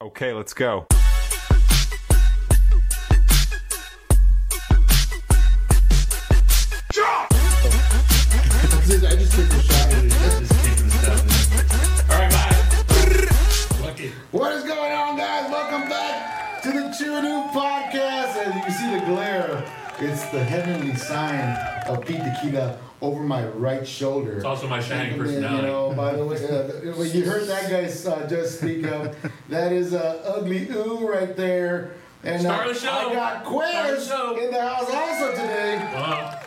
Okay, let's go. I just took a shot. at it. Just kicking stuff. All right, bye. Lucky. What is going on, guys? Welcome back to the Chew New Podcast. As you can see the glare, it's the heavenly sign of Pete Tequila over my right shoulder. It's also my shining And then, personality. You know, by the way, uh, when you heard that guy uh, just speak up, that is a ugly ooh right there. And Start uh, the show. I got Start the Quiz show. in the house also today. Well,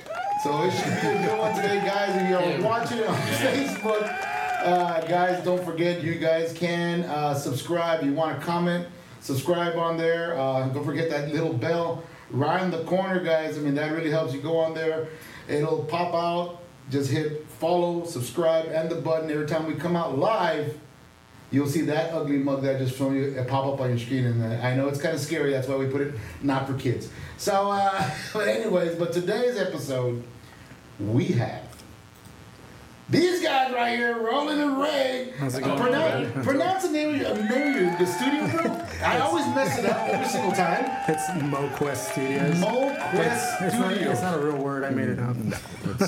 So it should be a good one today, guys. If you're watching on Facebook, uh, guys, don't forget you guys can uh, subscribe. You want to comment, subscribe on there. Uh, don't forget that little bell right in the corner, guys. I mean, that really helps you go on there. It'll pop out. Just hit follow, subscribe, and the button. Every time we come out live, you'll see that ugly mug that I just filmed you it pop up on your screen, and uh, I know it's kind of scary. That's why we put it not for kids. So, uh, but anyways, but today's episode, we have these guys right here, Roland and Ray. Uh, How's it going, Roland? pronounce the name of your, uh, name of your the studio group. I always mess it up every single time. It's MoQuest Studios. Mo it's, Quest it's not, it's Studio. not a real word. I made it up.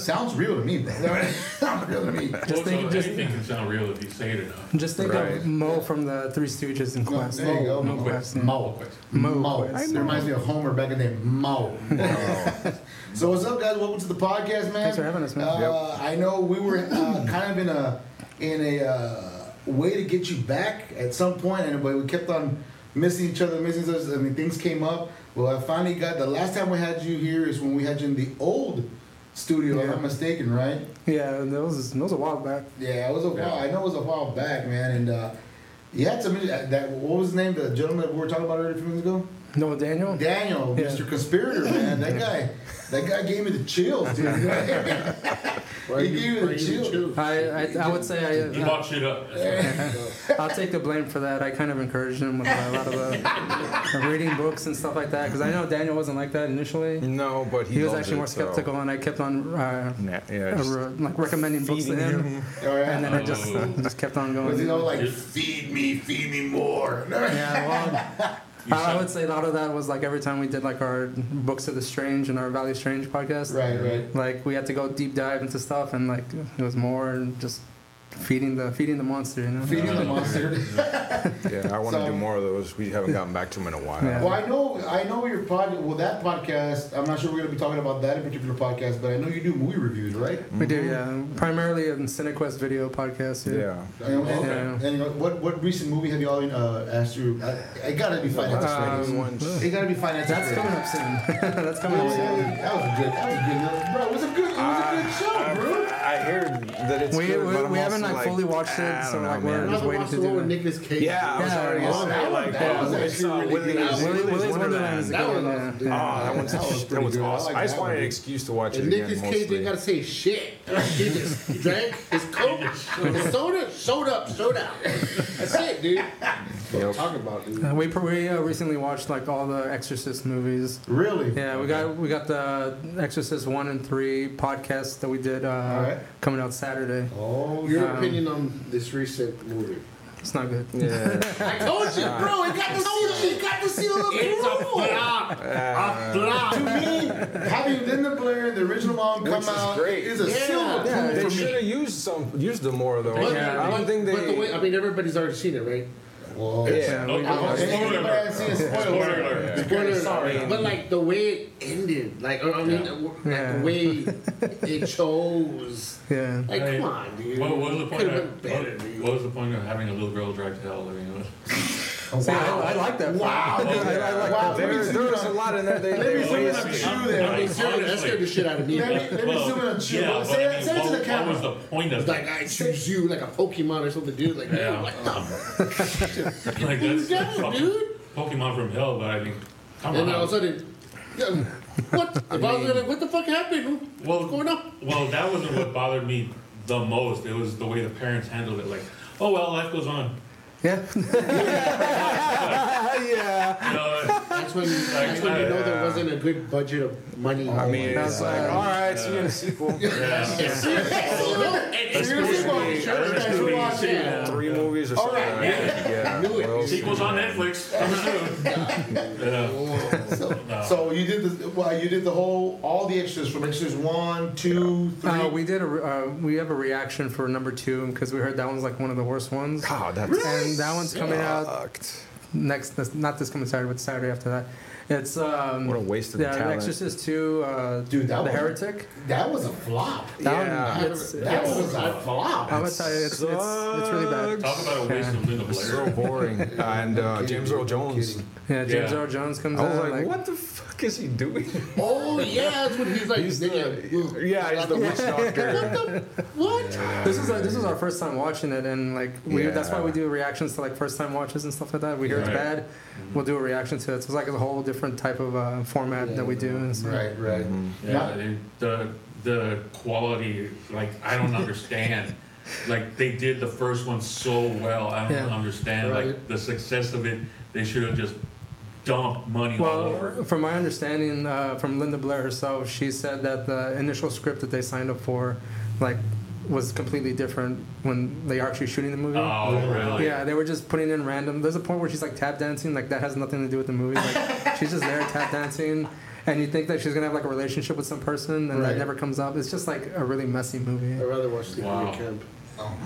Sounds real to me, man. Sounds real to me. Just also, think, just, anything can sound real if you say it enough. just think Right. of Mo from the Three Stooges and No, Quest. there you go. Mo Mo Quest. yeah. Mo. Mo Mo. Quest. It reminds me of Homer back in the day. Mo. so what's up, guys? Welcome to the podcast, man. Oh. Thanks for having us, man. Uh, I know we were uh, kind of in a in a uh, way to get you back at some point, and but we kept on missing each other, missing us. I mean, things came up. Well, I finally got the last time we had you here is when we had you in the old studio. If Yeah. I'm not mistaken, right? Yeah, that was that was a while back. Yeah, it was a while. I know it was a while back, man. And uh, you had some uh, that. What was his name? The gentleman that we were talking about earlier a few minutes ago. No, Daniel. Daniel, Yeah. Mr. Conspirator, man, that guy, that guy gave me the chills, dude. he gave me the chills. I, I I would say You I bought shit up. That's right. I'll take the blame for that. I kind of encouraged him with a lot of the the reading books and stuff like that because I know Daniel wasn't like that initially. No, but he, He was loved actually it, more so- skeptical, and I kept on uh, Nah, yeah, uh, just re- like recommending books to feeding him, him. All right. and then um, I just Oh. just kept on was he going. all like, feed me, feed me more? Yeah, well, You I I sound- would say a lot of that was like every time we did like our Books of the Strange and our Valley Strange podcast. right, right. Like we had to go deep dive into stuff and like it was more and just feeding the feeding the monster, you know. Feeding the monster. Yeah, I want So- to do more of those. We haven't gotten back to him in a while. Yeah. Well, I know, I know your pod. Well, that podcast. I'm not sure we're gonna be talking about that in particular podcast, but I know you do movie reviews, right? We do, yeah. Primarily in CineQuest video podcast. Yeah. Yeah. And, and- Okay. and, uh, what what recent movie have y'all uh, asked you? I, I gotta be financed. Um, Maybe once. it gotta be financed. That's coming up soon. That's coming That was up soon. a good. That was a good. Bro, it was a good. It was a Uh, good show, bro. I hear that it's We, good, we, but I'm we haven't also like, fully watched I it, don't so know, like man. we're just waiting to do it. Nicolas Cage. Yeah, I was Yeah, already oh, gonna that say, like, one- that was oh, we actually saw really Willy's- good. Willy's Willy- Willy's Wonderland. Wonderland is a That good was one, awesome, yeah. dude. Oh, Yeah. that one's- That was that pretty was good. I awesome. like I just that wanted one. an excuse to watch it And again. Nicolas Cage Mostly. didn't gotta say shit. He just drank his coke, his soda, showed up, showed out. That's it, dude. Yep. Talk about dude. Uh, We, pr- we uh, recently watched like all the Exorcist movies. Really? Yeah, we got we got the Exorcist one and three podcast that we did uh, right. coming out Saturday. Oh, Your Um, opinion on this recent movie? It's not good. Yeah. I told you, bro. It got the seal. It got the seal of approval. A flop. to me, having Linda Blair and the original mom come Which is out great. is a Yeah. silver Yeah, yeah. they should have used some, used them more though. But, Yeah. I don't but- think they. But the way, I mean, everybody's already seen it, right? Whoa. yeah. we- Oh, If spoiler anybody alert. hasn't seen it, spoiler Spoiler alert. alert. Spoiler alert. Sorry. But like the way it ended, like I mean, Yeah. like Yeah. the way it chose. Yeah. Like, Hey, come on, dude. What, what was the point? Could've Of, been better, dude. what, what was the point of having a little girl dragged to hell? I mean, it was- See, I, I like that. Wow. I, I like Wow. that. Let There, me there zoom was a in on- lot in there. They, let me they zoom in on wasted. Chew I there. mean, seriously, that scared the shit out of me. Let me, Like, let me zoom in on Chew. yeah, say but I it, mean, say it to what, the what camera. was the point of like that? I choose you like a Pokemon or something, dude. Like, Yeah. yeah. what the Like, that's, that's devil, fucking dude. Pokemon from hell, but I mean, come And then on. all of a sudden, yeah, what? The boss was like, what the fuck happened? Well- What's going on? Well, that wasn't what bothered me the most. It was the way the parents handled it. Like, oh Uh, well, life goes on. Yeah. yeah. You know, That's when that's when you uh, know there wasn't a good budget of money. I mean, it's That's like, bad. all right, see you in a sequel. Three movies or All something. right, like that. Yeah. Knew it. well, Sequels on Netflix. coming soon. Yeah. So, so you did the well, you did the whole all the extras from extras one, two, three. Uh, we did a re- uh, we have a reaction for number two because we heard that one's like one of the worst ones. God, that's And that one's coming out sucked. next, this, not this coming Saturday, but Saturday after that. It's um, What a waste of yeah, The talent. Exorcist Two, uh, Dude, that The was- Heretic. that was a flop. That Yeah. one, it's, That was a flop. I'm gonna tell you, it's, it's, it's really bad. Talk about a waste of Linda It's so Blair. boring. And uh, James Earl Jones. Yeah, James Yeah. Earl Jones comes I was out like, like, what the fuck is he doing? Oh yeah, that's when he's like, He's nigga, the, yeah, he's the witch doctor. what? This is like, this is our first time watching it, and like we that's why we do reactions to like first time watches and stuff like that. We hear it's Right. bad, we'll do a reaction to it. So it's like a whole different type of uh, format that we do. And so- Right, right. Yeah, they- the the quality, like I don't understand. like they did the first one so well, I don't Yeah. understand. Like Right. the success of it, they should have just dumped money all over. Well, it. from my understanding, uh, from Linda Blair herself, she said that the initial script that they signed up for, like, was completely different when they are actually shooting the movie. Oh, really? Yeah, they were just putting in random. There's a point where she's like tap dancing, like that has nothing to do with the movie. Like she's just there tap dancing, and you think that she's gonna have like a relationship with some person, and Right. that never comes up. It's just like a really messy I'd movie. rather watch the Wow. camp.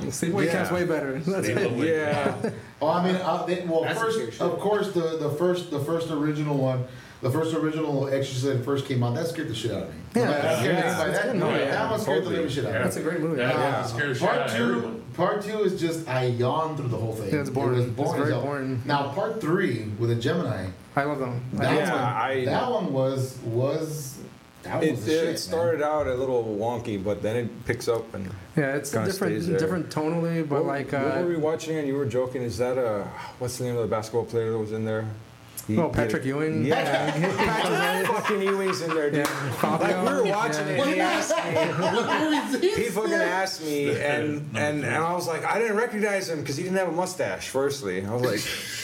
Sleepaway Yeah. Camp's way better. That's They it. love it. Yeah. Oh, I mean, uh, they, well, That's a first, picture. of course, the, the first the first original one, the first original Exorcist that first came out, that scared the shit out of me. Yeah. Like, that scared Yeah. anybody. It's That, good, Oh, no, that yeah. one scared the living shit out of me. That's a great movie. That Yeah. one scares the shit out Part of two, everyone. part two is just I yawned through the whole thing. Yeah, it's boring. It was It's boring. very as hell. boring. Now, part three with a Gemini, I love them. that Yeah, one, I- that one was was that was It, the it shit, man. started out a little wonky, but then it picks up. And Yeah, it's Kinda different, stays there. different tonally, what, but like. what Uh, were we watching? And you were joking. Is that a what's the name of the basketball player that was in there? He- Oh, he- Patrick Ewing. Yeah, Patrick fucking Ewing's in there, dude. yeah, Like Fabio. we were watching Yeah. it, and he asked me. He fucking asked me, and Number and, and I was like, I didn't recognize him because he didn't have a mustache. Firstly, I was like,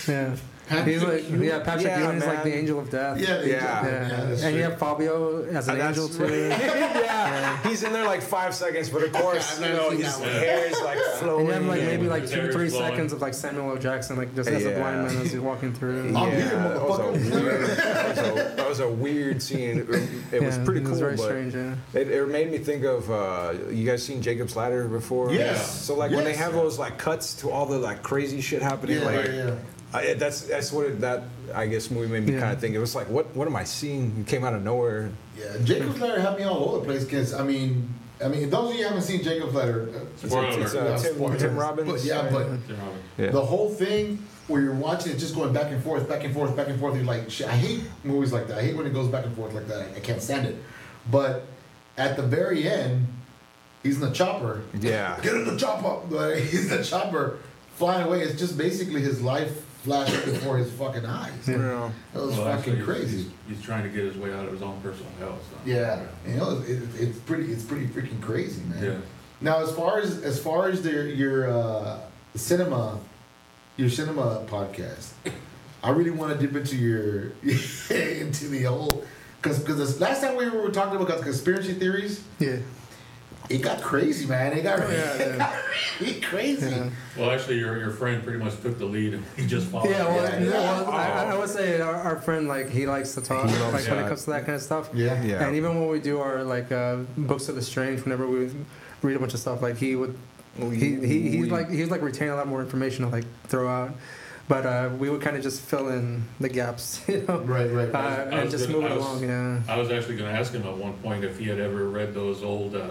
Yeah. Patrick He's like, yeah, Patrick Yeah, Ewing is like the man. angel of death. Yeah, they- Yeah. Yeah. that's and you true. have Fabio as an And that's- angel too. yeah, he's in there like five seconds, but of course, Yeah, I've you never know, seen his that one. hair is like And flowing. you have like and- maybe like two or Hair three is blowing. seconds of like Samuel L. Jackson like just as a Yeah. blind man as he's walking through. yeah, I'm here, that was, motherfucker. a weird, that, was a, that was a weird scene. It, it was Yeah, pretty it cool, was very but strange. Yeah. It, it made me think of uh, you guys seen Jacob's Ladder before? Yes. So like when they Yes. have those like cuts to all the like crazy shit happening, Yeah, like yeah, yeah. I, that's that's what it, that I guess movie made me Yeah. kind of think. It was like what what am I seeing? It came out of nowhere. Yeah, Jacob's Ladder had me all over the place because I mean, I mean, those of you who haven't seen Jacob's Ladder, uh, Spoiler It's, it's, alert. uh, Yeah, Tim, spoilers. Tim Robbins. but yeah, but Yeah. the whole thing where you're watching it just going back and forth, back and forth, back and forth. You're like, shit, I hate movies like that. I hate when it goes back and forth like that. I, I can't stand it. But at the very end, he's in the chopper. Yeah. Get in the chopper. Like, he's in the chopper flying away. It's just basically his life flashing before his fucking eyes. You know. That was Well, fucking actually, crazy. He's, he's trying to get his way out of his own personal hell. So. Yeah, you know, it, it- it's pretty, it's pretty freaking crazy, man. Yeah. Now, as far as as far as their, your uh, cinema, your cinema podcast, I really want to dip into your into the whole because because last time we were talking about conspiracy theories, Yeah. it got crazy, man. It got Oh, Oh, Yeah, it got really crazy. Yeah. Well, actually, your your friend pretty much took the lead, and he just followed. Yeah, well, Yeah. you know what, I, I would say our, our friend like he likes to talk He loves like when it that. comes to that kind of stuff. Yeah. Yeah. And even when we do our like uh, books of the strange, whenever we read a bunch of stuff, like he would, he he he's We- like he's like retain a lot more information to like throw out, but uh, we would kind of just fill in the gaps, you know, Right, right, uh, right. I and was just gonna- move it I was- along. Yeah. I was actually going to ask him at one point if he had ever read those old uh,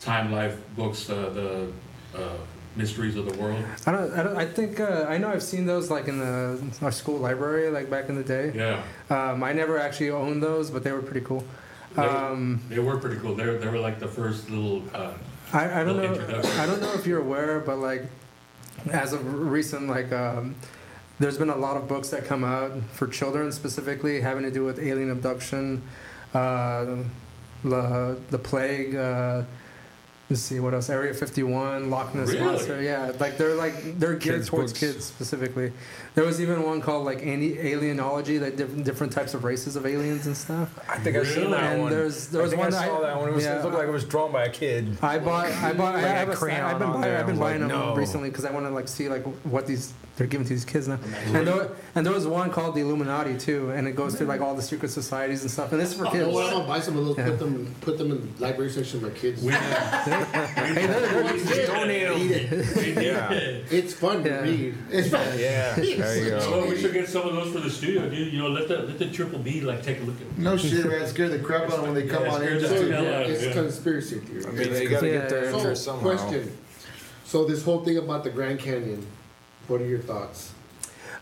Time Life books, uh, the uh, Mysteries of the World. I don't, I don't. I think uh, I know. I've seen those like in the our school library, like back in the day. Yeah, Um, I never actually owned those, but they were pretty cool. They- Um, they were pretty cool. They were, they were like the first little. Uh, I, I don't Little know. introduction. I don't know if you're aware, but like, as of recent, like, um, there's been a lot of books that come out for children specifically having to do with alien abduction, uh, the the plague, uh, Let's see what else. Area 51, Loch Ness Really? Monster. Yeah, like they're like they're geared Kids' towards books. kids specifically. There was even one called like any alienology, like different different types of races of aliens and stuff. I think I've seen Really? that And one. there's- there was I think one I that saw I- that one. It, was, yeah, it looked I- like it was drawn by a kid. I bought, I bought, I Like a have a sign. crayon I've been on buying, there. I've been I'm buying like, them no. recently because I want to like see like what these they're giving to these kids now. And there, and there was one called the Illuminati too, and it goes through like all the secret societies and stuff. And it's for You know Oh, what? I'm kids. gonna buy some of those. Put them, put them in the library section of my kids. We, Hey, they're, they're, Just donate 'em. Eat it. Yeah. It's fun to Yeah. read. It's fine. Yeah. There you go. well, Oh, we should get some of those for the studio, dude. You know, let the let the triple B like take a look at. No shit, man. Scare the crap out of them when they come Yeah, on scare in. the Just So to- hell out of it's it. conspiracy theory. I mean, they got to get their Yeah. interest So, somehow. question. So this whole thing about the Grand Canyon, what are your thoughts?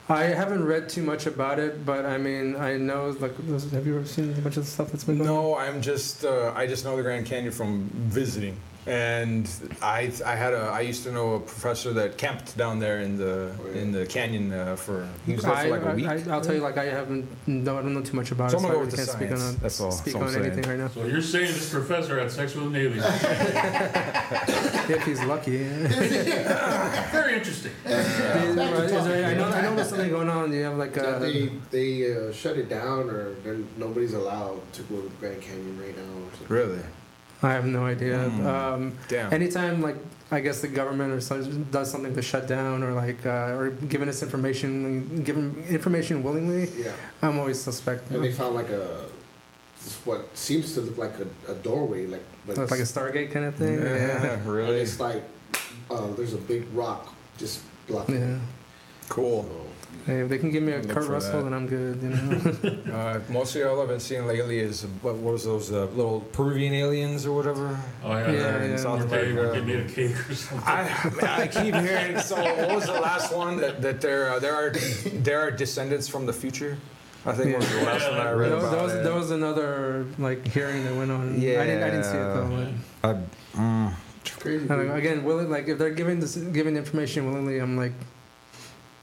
I haven't read too much about it, but I mean, I know like those- have you ever seen a bunch of the stuff that's been going? No, I'm just uh, I just know the Grand Canyon from visiting, and I I had a I used to know a professor that camped down there in the in the canyon uh, for he was there I, for like a week. I, I, will tell you, like I haven't, no, I don't know too much about So I'm it, so I gonna go really with can't the speak on, science. That's all- speak that's all on I'm anything right now. So you're saying this professor had sex with an alien? if he's lucky. yeah. Very interesting. Is Back to there- I know, I know there's something going on. You have like That a. they they uh, shut it down, or they're- nobody's allowed to go to the Grand Canyon right now. Or something. Really? I have no idea. Um, Damn. anytime like I guess the government or some, does something to shut down or like uh, or giving us information, giving information willingly, Yeah, I'm always suspect. and they found like a what seems to look like a, a doorway, like but That's like a Stargate kind of thing. Yeah. yeah. and Really? it's like uh, there's a big rock just blocking. Yeah. Cool. Hey, if they can give me a Look Kurt for Russell, that. then I'm good. You know. Uh, mostly all I've been seeing lately is what was those uh, little Peruvian aliens or whatever. Uh, Oh yeah, Yeah, yeah. in yeah. South They, uh, America. they made a cake or something. I, man, I keep hearing. So, what was the last one that, that there uh, there are there are descendants from the future? I think was the last one I read There, was- about. there was, it. there was another like hearing that went on. I didn't, I didn't see it though. Yeah. but- I, mm, Crazy. And dude. like, again, willing like if they're giving this giving information willingly, I'm like,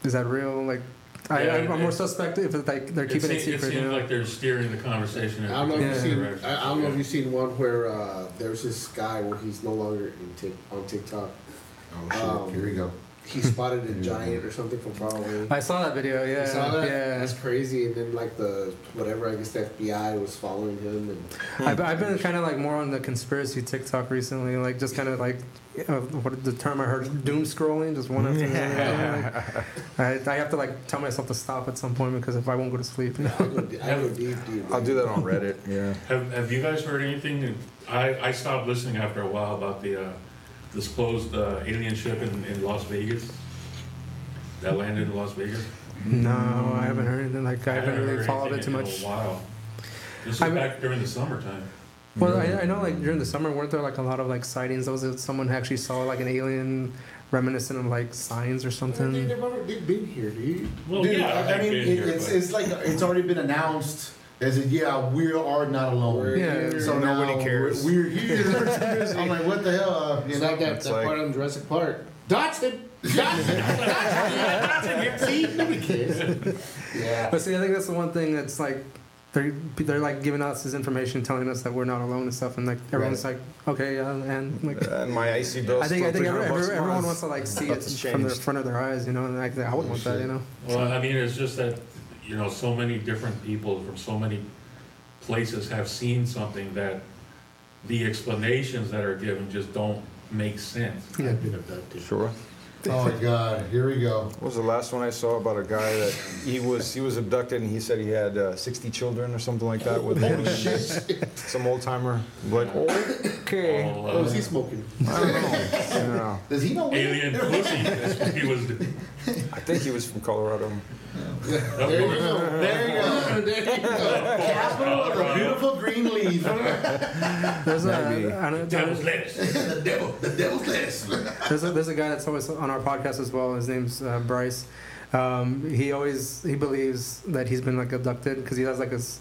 is that real? Like, I, Yeah, I'm, I'm more it- suspect if it's like they're It keeping it, seem- it secret. you seems know? like they're steering the conversation. in I don't know if Yeah. you've different seen. directions. I, I don't know if you've seen one where uh, there's this guy where he's no longer in Tik on TikTok. Oh shit, here we go. He spotted a giant or something from far away. I saw that video. Yeah, You saw that? yeah. That's crazy. And then like the whatever, I guess the FBI was following him and I've, I've been kind of like more on the conspiracy TikTok recently, like just kind of like uh, what the term I heard, doom scrolling, just one after another. Like, I, I have to like tell myself to stop at some point because if I won't go to sleep, you know? I go, I go deep, dude. I'll do that on Reddit. Yeah. Have, have you guys heard anything? I, I stopped listening after a while about the uh, disclosed uh, alien ship in, in Las Vegas that landed in Las Vegas. no, I haven't heard anything. Like I haven't really heard followed it too anything in much. A while. This I was mean- back during the summertime. Well, I, I know like during the summer, weren't there like a lot of like sightings? Those that someone actually saw like an alien reminiscent of like signs or Dude, something. They've already they've been here, dude. Well, Dude, yeah, I, I I've mean, been it, here, it's but- it's like it's already been announced as a yeah, we are not alone. Yeah. So Nobody now we're- cares. We're here. I'm like, what the hell? Uh, you It's know? like that, It's that like- part on Jurassic Park. Dotson! Dotson! Dotson! Dotson! See? Nobody cares. Yeah. But see, I think that's the one thing that's like they're they're like giving us this information, telling us that we're not alone and stuff, and like everyone's like, okay, yeah, and like. And Uh, my icy bill. I think I think every, every, everyone wants to like see it from the front of their eyes, you know, and like I would want that, you know. Well, I mean, it's just that, you know, so many different people from so many places have seen something that the explanations that are given just don't make sense. Yeah. I've been abducted. Sure. Oh my god, here we go. What was the last one I saw about a guy that he was he was abducted and he said he had uh, 60 children or something like that with him. some old timer. Like okay. All, What was uh, he Oh, smoking? I don't know. You know. Does he know? Alien pussy, that's what he was doing. I think he was from Colorado. There you go. There you go. There you go. Capital of the beautiful green leaves. There's a, I don't, Devil's lettuce. the devil, the devil's lettuce. there's a there's a guy that's always on our podcast as well. His name's uh, Bryce. Um, he always he believes that he's been like abducted because he has like his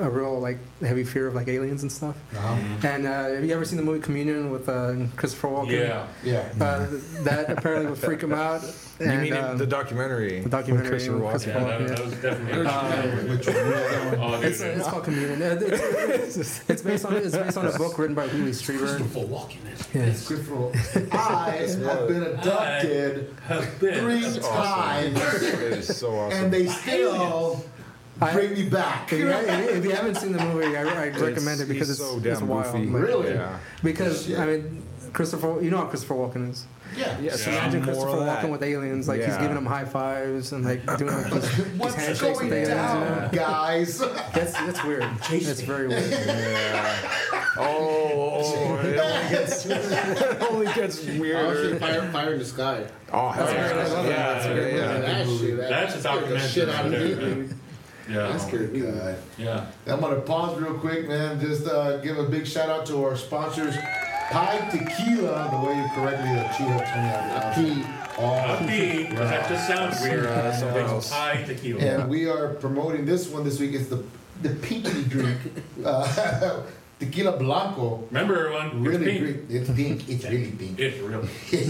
a real like heavy fear of like aliens and stuff. Um, And uh, have you ever seen the movie Communion with uh, Christopher Walken? Yeah, Yeah. Uh, that apparently would freak him out. You And, mean in um, the documentary? the documentary Christopher with Walken. yeah, that, Christopher Walken? that was definitely. Which one? Oh, dude, It's, it's called Communion. Uh, It's, it's, it's based on it's based on a book written by Louis Strieber. Christopher Walken is. Yes. Christopher, I have been abducted Have been. three That's awesome. times, It is so awesome. and they still I- bring me back. If you, if you haven't seen the movie, I, I It's- recommend it because he's it's, so damn it's wild. goofy. Like, Really? Yeah. Because Shit. I mean, Christopher, you know how Christopher Walken is. Yeah. Yeah, so Yeah. imagine Imagine Christopher more of that. Walken with aliens, like he's Yeah. giving them high fives and like doing like these, these What's handshakes going with aliens. Yeah. down, guys? That's that's weird. That's very weird. Oh, oh, it only gets, it only gets Honestly, weirder. fire, fire in the sky. Oh, hell I yeah. love it. Yeah, yeah, yeah. That shit, that- That's a scared the documentary Shit out of right there, me. That Yeah, scared me. God. yeah. I'm gonna pause real quick, man. Just uh, give a big shout out to our sponsors, Pie Tequila. The way you correctly the Chile Tony A all pea, 'cause that just sounds weird. Yeah, something Something's else. pie tequila. And we are promoting this one this week. It's the the pinky drink, uh, Tequila Blanco. Remember everyone, it's Really, pink. drink. it's pink. It's really pink. It's really.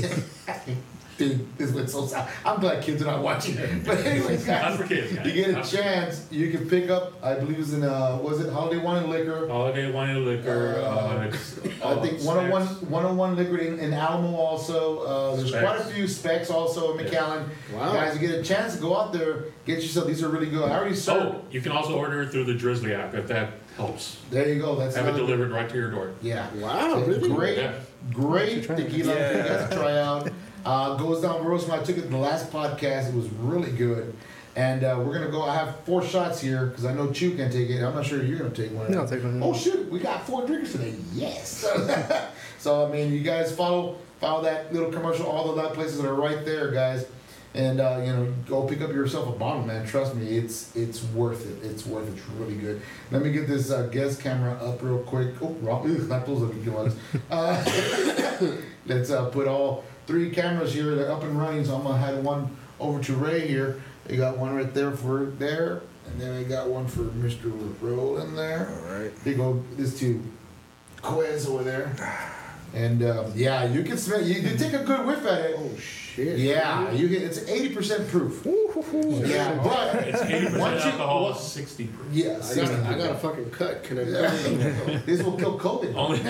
Dude, this went so sad. I'm glad kids are not watching it. But anyways, Not guys, for kids, guys. you get Not a for- chance, you can pick up. I believe it was in uh, was it Holiday Wine and Liquor. Holiday wine and liquor. uh, it's- I oh, think snacks. 101, 101 Liquor in, in Alamo also. Uh, there's quite a Specs. few specs also in Yeah. McAllen. Wow. Guys, you get a chance to go out there, get yourself. These are really good. I already sold. Oh, you can also order it through the Drizzly app if that helps. There you go. That's Have it another- delivered right to your door. Yeah. Wow, really? Great, Yeah. great tequila. it. You guys try out. Uh, goes down real smooth. I took it in the last podcast. It was really good. And uh, we're gonna go. I have four shots here because I know Chu can take it. I'm not sure you're gonna take one. Yeah, I'll take one. Oh shoot, we got four drinkers today. Yes. so I mean, you guys follow follow that little commercial. All of that places that are right there, guys. And uh, you know, go pick up yourself a bottle, man. Trust me, it's it's worth it. It's worth it. It's really good. Let me get this uh, guest camera up real quick. Oh, wrong. Ugh, not those looking ones. Uh, let's uh, put all three cameras here. They're up and running. So I'm gonna head one over to Ray here. We got one right there for there, and then I got one for Mr. Roland there. All right. They go this to Quiz over there. And um, yeah, you can smell. You, you take a good whiff at it. Oh shit. Yeah, you get it's eighty percent proof. Yeah, It's but eighty percent Once you- alcohol, sixty proof. yeah, I got, I got a 60%. fucking cut. Can I? this will kill COVID. Only,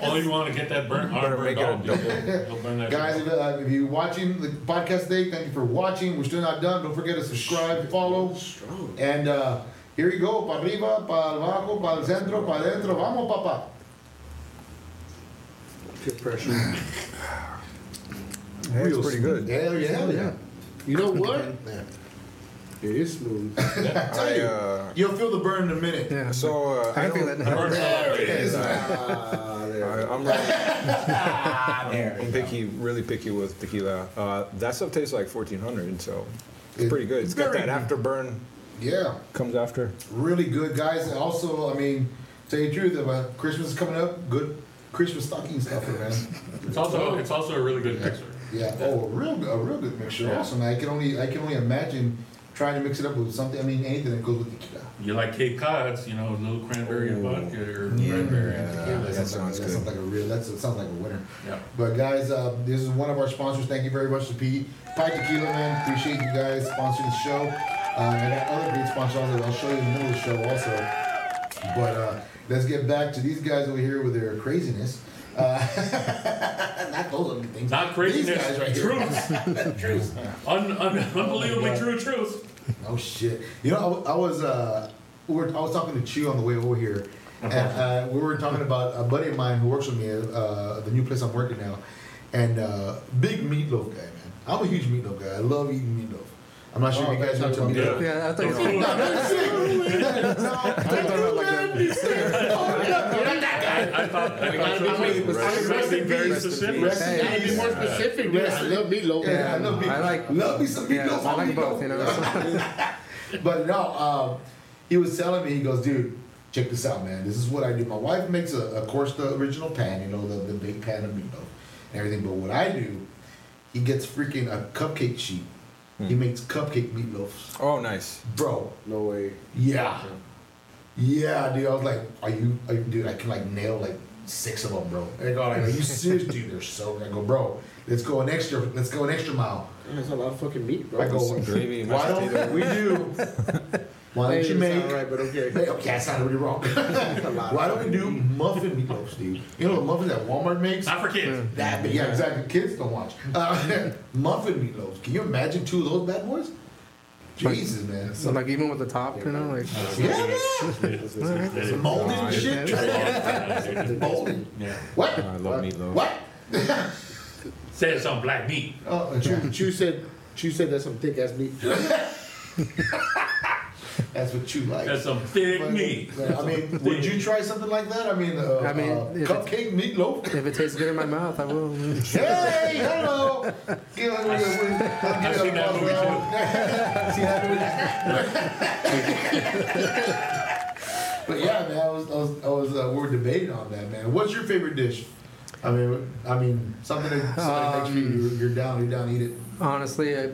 only you want to get that burnt Better arm burned make it a off. You'll you'll burn that. Guys, if, uh, if you're watching the podcast today, thank you for watching. We're still not done. Don't forget to subscribe, follow, Strong. and uh, here you go. Pa arriba, pa abajo, pa el centro, pa dentro. Vamos, papá. Good pressure. Yeah, it's pretty good. Hell yeah, hell yeah. You know what? Man, It is smooth. tell I, you. uh, You'll feel the burn in a minute. uh, Yeah. so uh, I I can feel that don't, The now. burnt Ah, arm. there. I, I'm really, I'm picky, really picky with tequila. Uh, that stuff tastes like 1400, so it's It- pretty good. It's got very that afterburn Yeah. comes after. really good guys. And also, I mean, tell you the truth, if, uh, Christmas is coming up. Good Christmas stocking stuffer, man. It's also, it's also a really good mixer. Yeah. Oh, a real, a real good mixture. Yeah. Awesome. I can only, I can only imagine trying to mix it up with something. I mean, anything that goes with tequila. You like Cape Cod's, you know, a little cranberry and vodka or cranberry that and Yeah, that sounds, sounds like, that good. sounds like a real. That's, that sounds like a winner. Yeah. But guys, uh, this is one of our sponsors. Thank you very much to P Pie Tequila, man. Appreciate you guys sponsoring the show. Uh, I got other great sponsors that I'll show you in the middle of the show also. But uh, let's get back to these guys over here with their craziness. Uh, not those ugly things. Not These guys craziness, right here. truth. Truth. Un, un, unbelievably true truth. Oh shit! You know, I w- I, was uh, we were, I was talking to Chew on the way over here, and Uh-huh. uh, we were talking about a buddy of mine who works with me at uh, the new place I'm working now, and uh, big meatloaf guy, man. I'm a huge meatloaf guy. I love eating meatloaf. I'm not sure Oh, if you I guys know thought what you meatloaf. Yeah, I thought it's Ooh, I thought, I thought gotta be you more were specific. being very specific. Hey. You gotta be more specific, man. I love meatloaf. Yeah, I love meatloaf. I like- love me some meatloaf. yeah, I like meatloaf. both. You know, But no, um, he was telling me, he goes, dude, check this out, man. This is what I do. My wife makes, a, of course, the original pan, you know, the, the big pan of meatloaf and everything. But what I do, he gets freaking a cupcake sheet. Hmm. He makes cupcake meatloafs. Oh, nice. Bro, No way. yeah. yeah, dude. I was like, are you, are you dude? I can like nail like six of them, bro. And I go, like, are you serious, dude? They're so. I go, bro. Let's go an extra. Let's go an extra mile. There's a lot of fucking meat, bro. I go. Some gravy, Why mashed don't we do? Why don't you make? All right, but okay. Hey, okay, I sounded really wrong. That's a lot. Why don't we do muffin meatloaf, dude? You know the muffins that Walmart makes? Not for kids. That big, yeah, exactly. Kids don't watch. Uh, muffin meatloaves. Can you imagine two of those bad boys? Jesus, man. So like even with the top, you know, like Yeah, man. It's Molded and shit. Try to molded. Yeah. What? Oh, I love meatloaf. What? Says on black meat. Oh, and Chew, chew- Chew said, Chew said that's some thick ass meat. that's what you like. That's some thick But, meat. I mean, would you try something like that? I mean, uh, I mean, uh, if- cupcake meatloaf. if it tastes good in my mouth, I will. Hey, hello. Give it a- I've give seen it a that buzz movie, round. See that movie? But yeah, man, I was, I was, I was uh, we were debating on that, man. What's your favorite dish? I mean, I mean, something that somebody makes Um, you, you're, you're down, you're down, eat it. Honestly, I,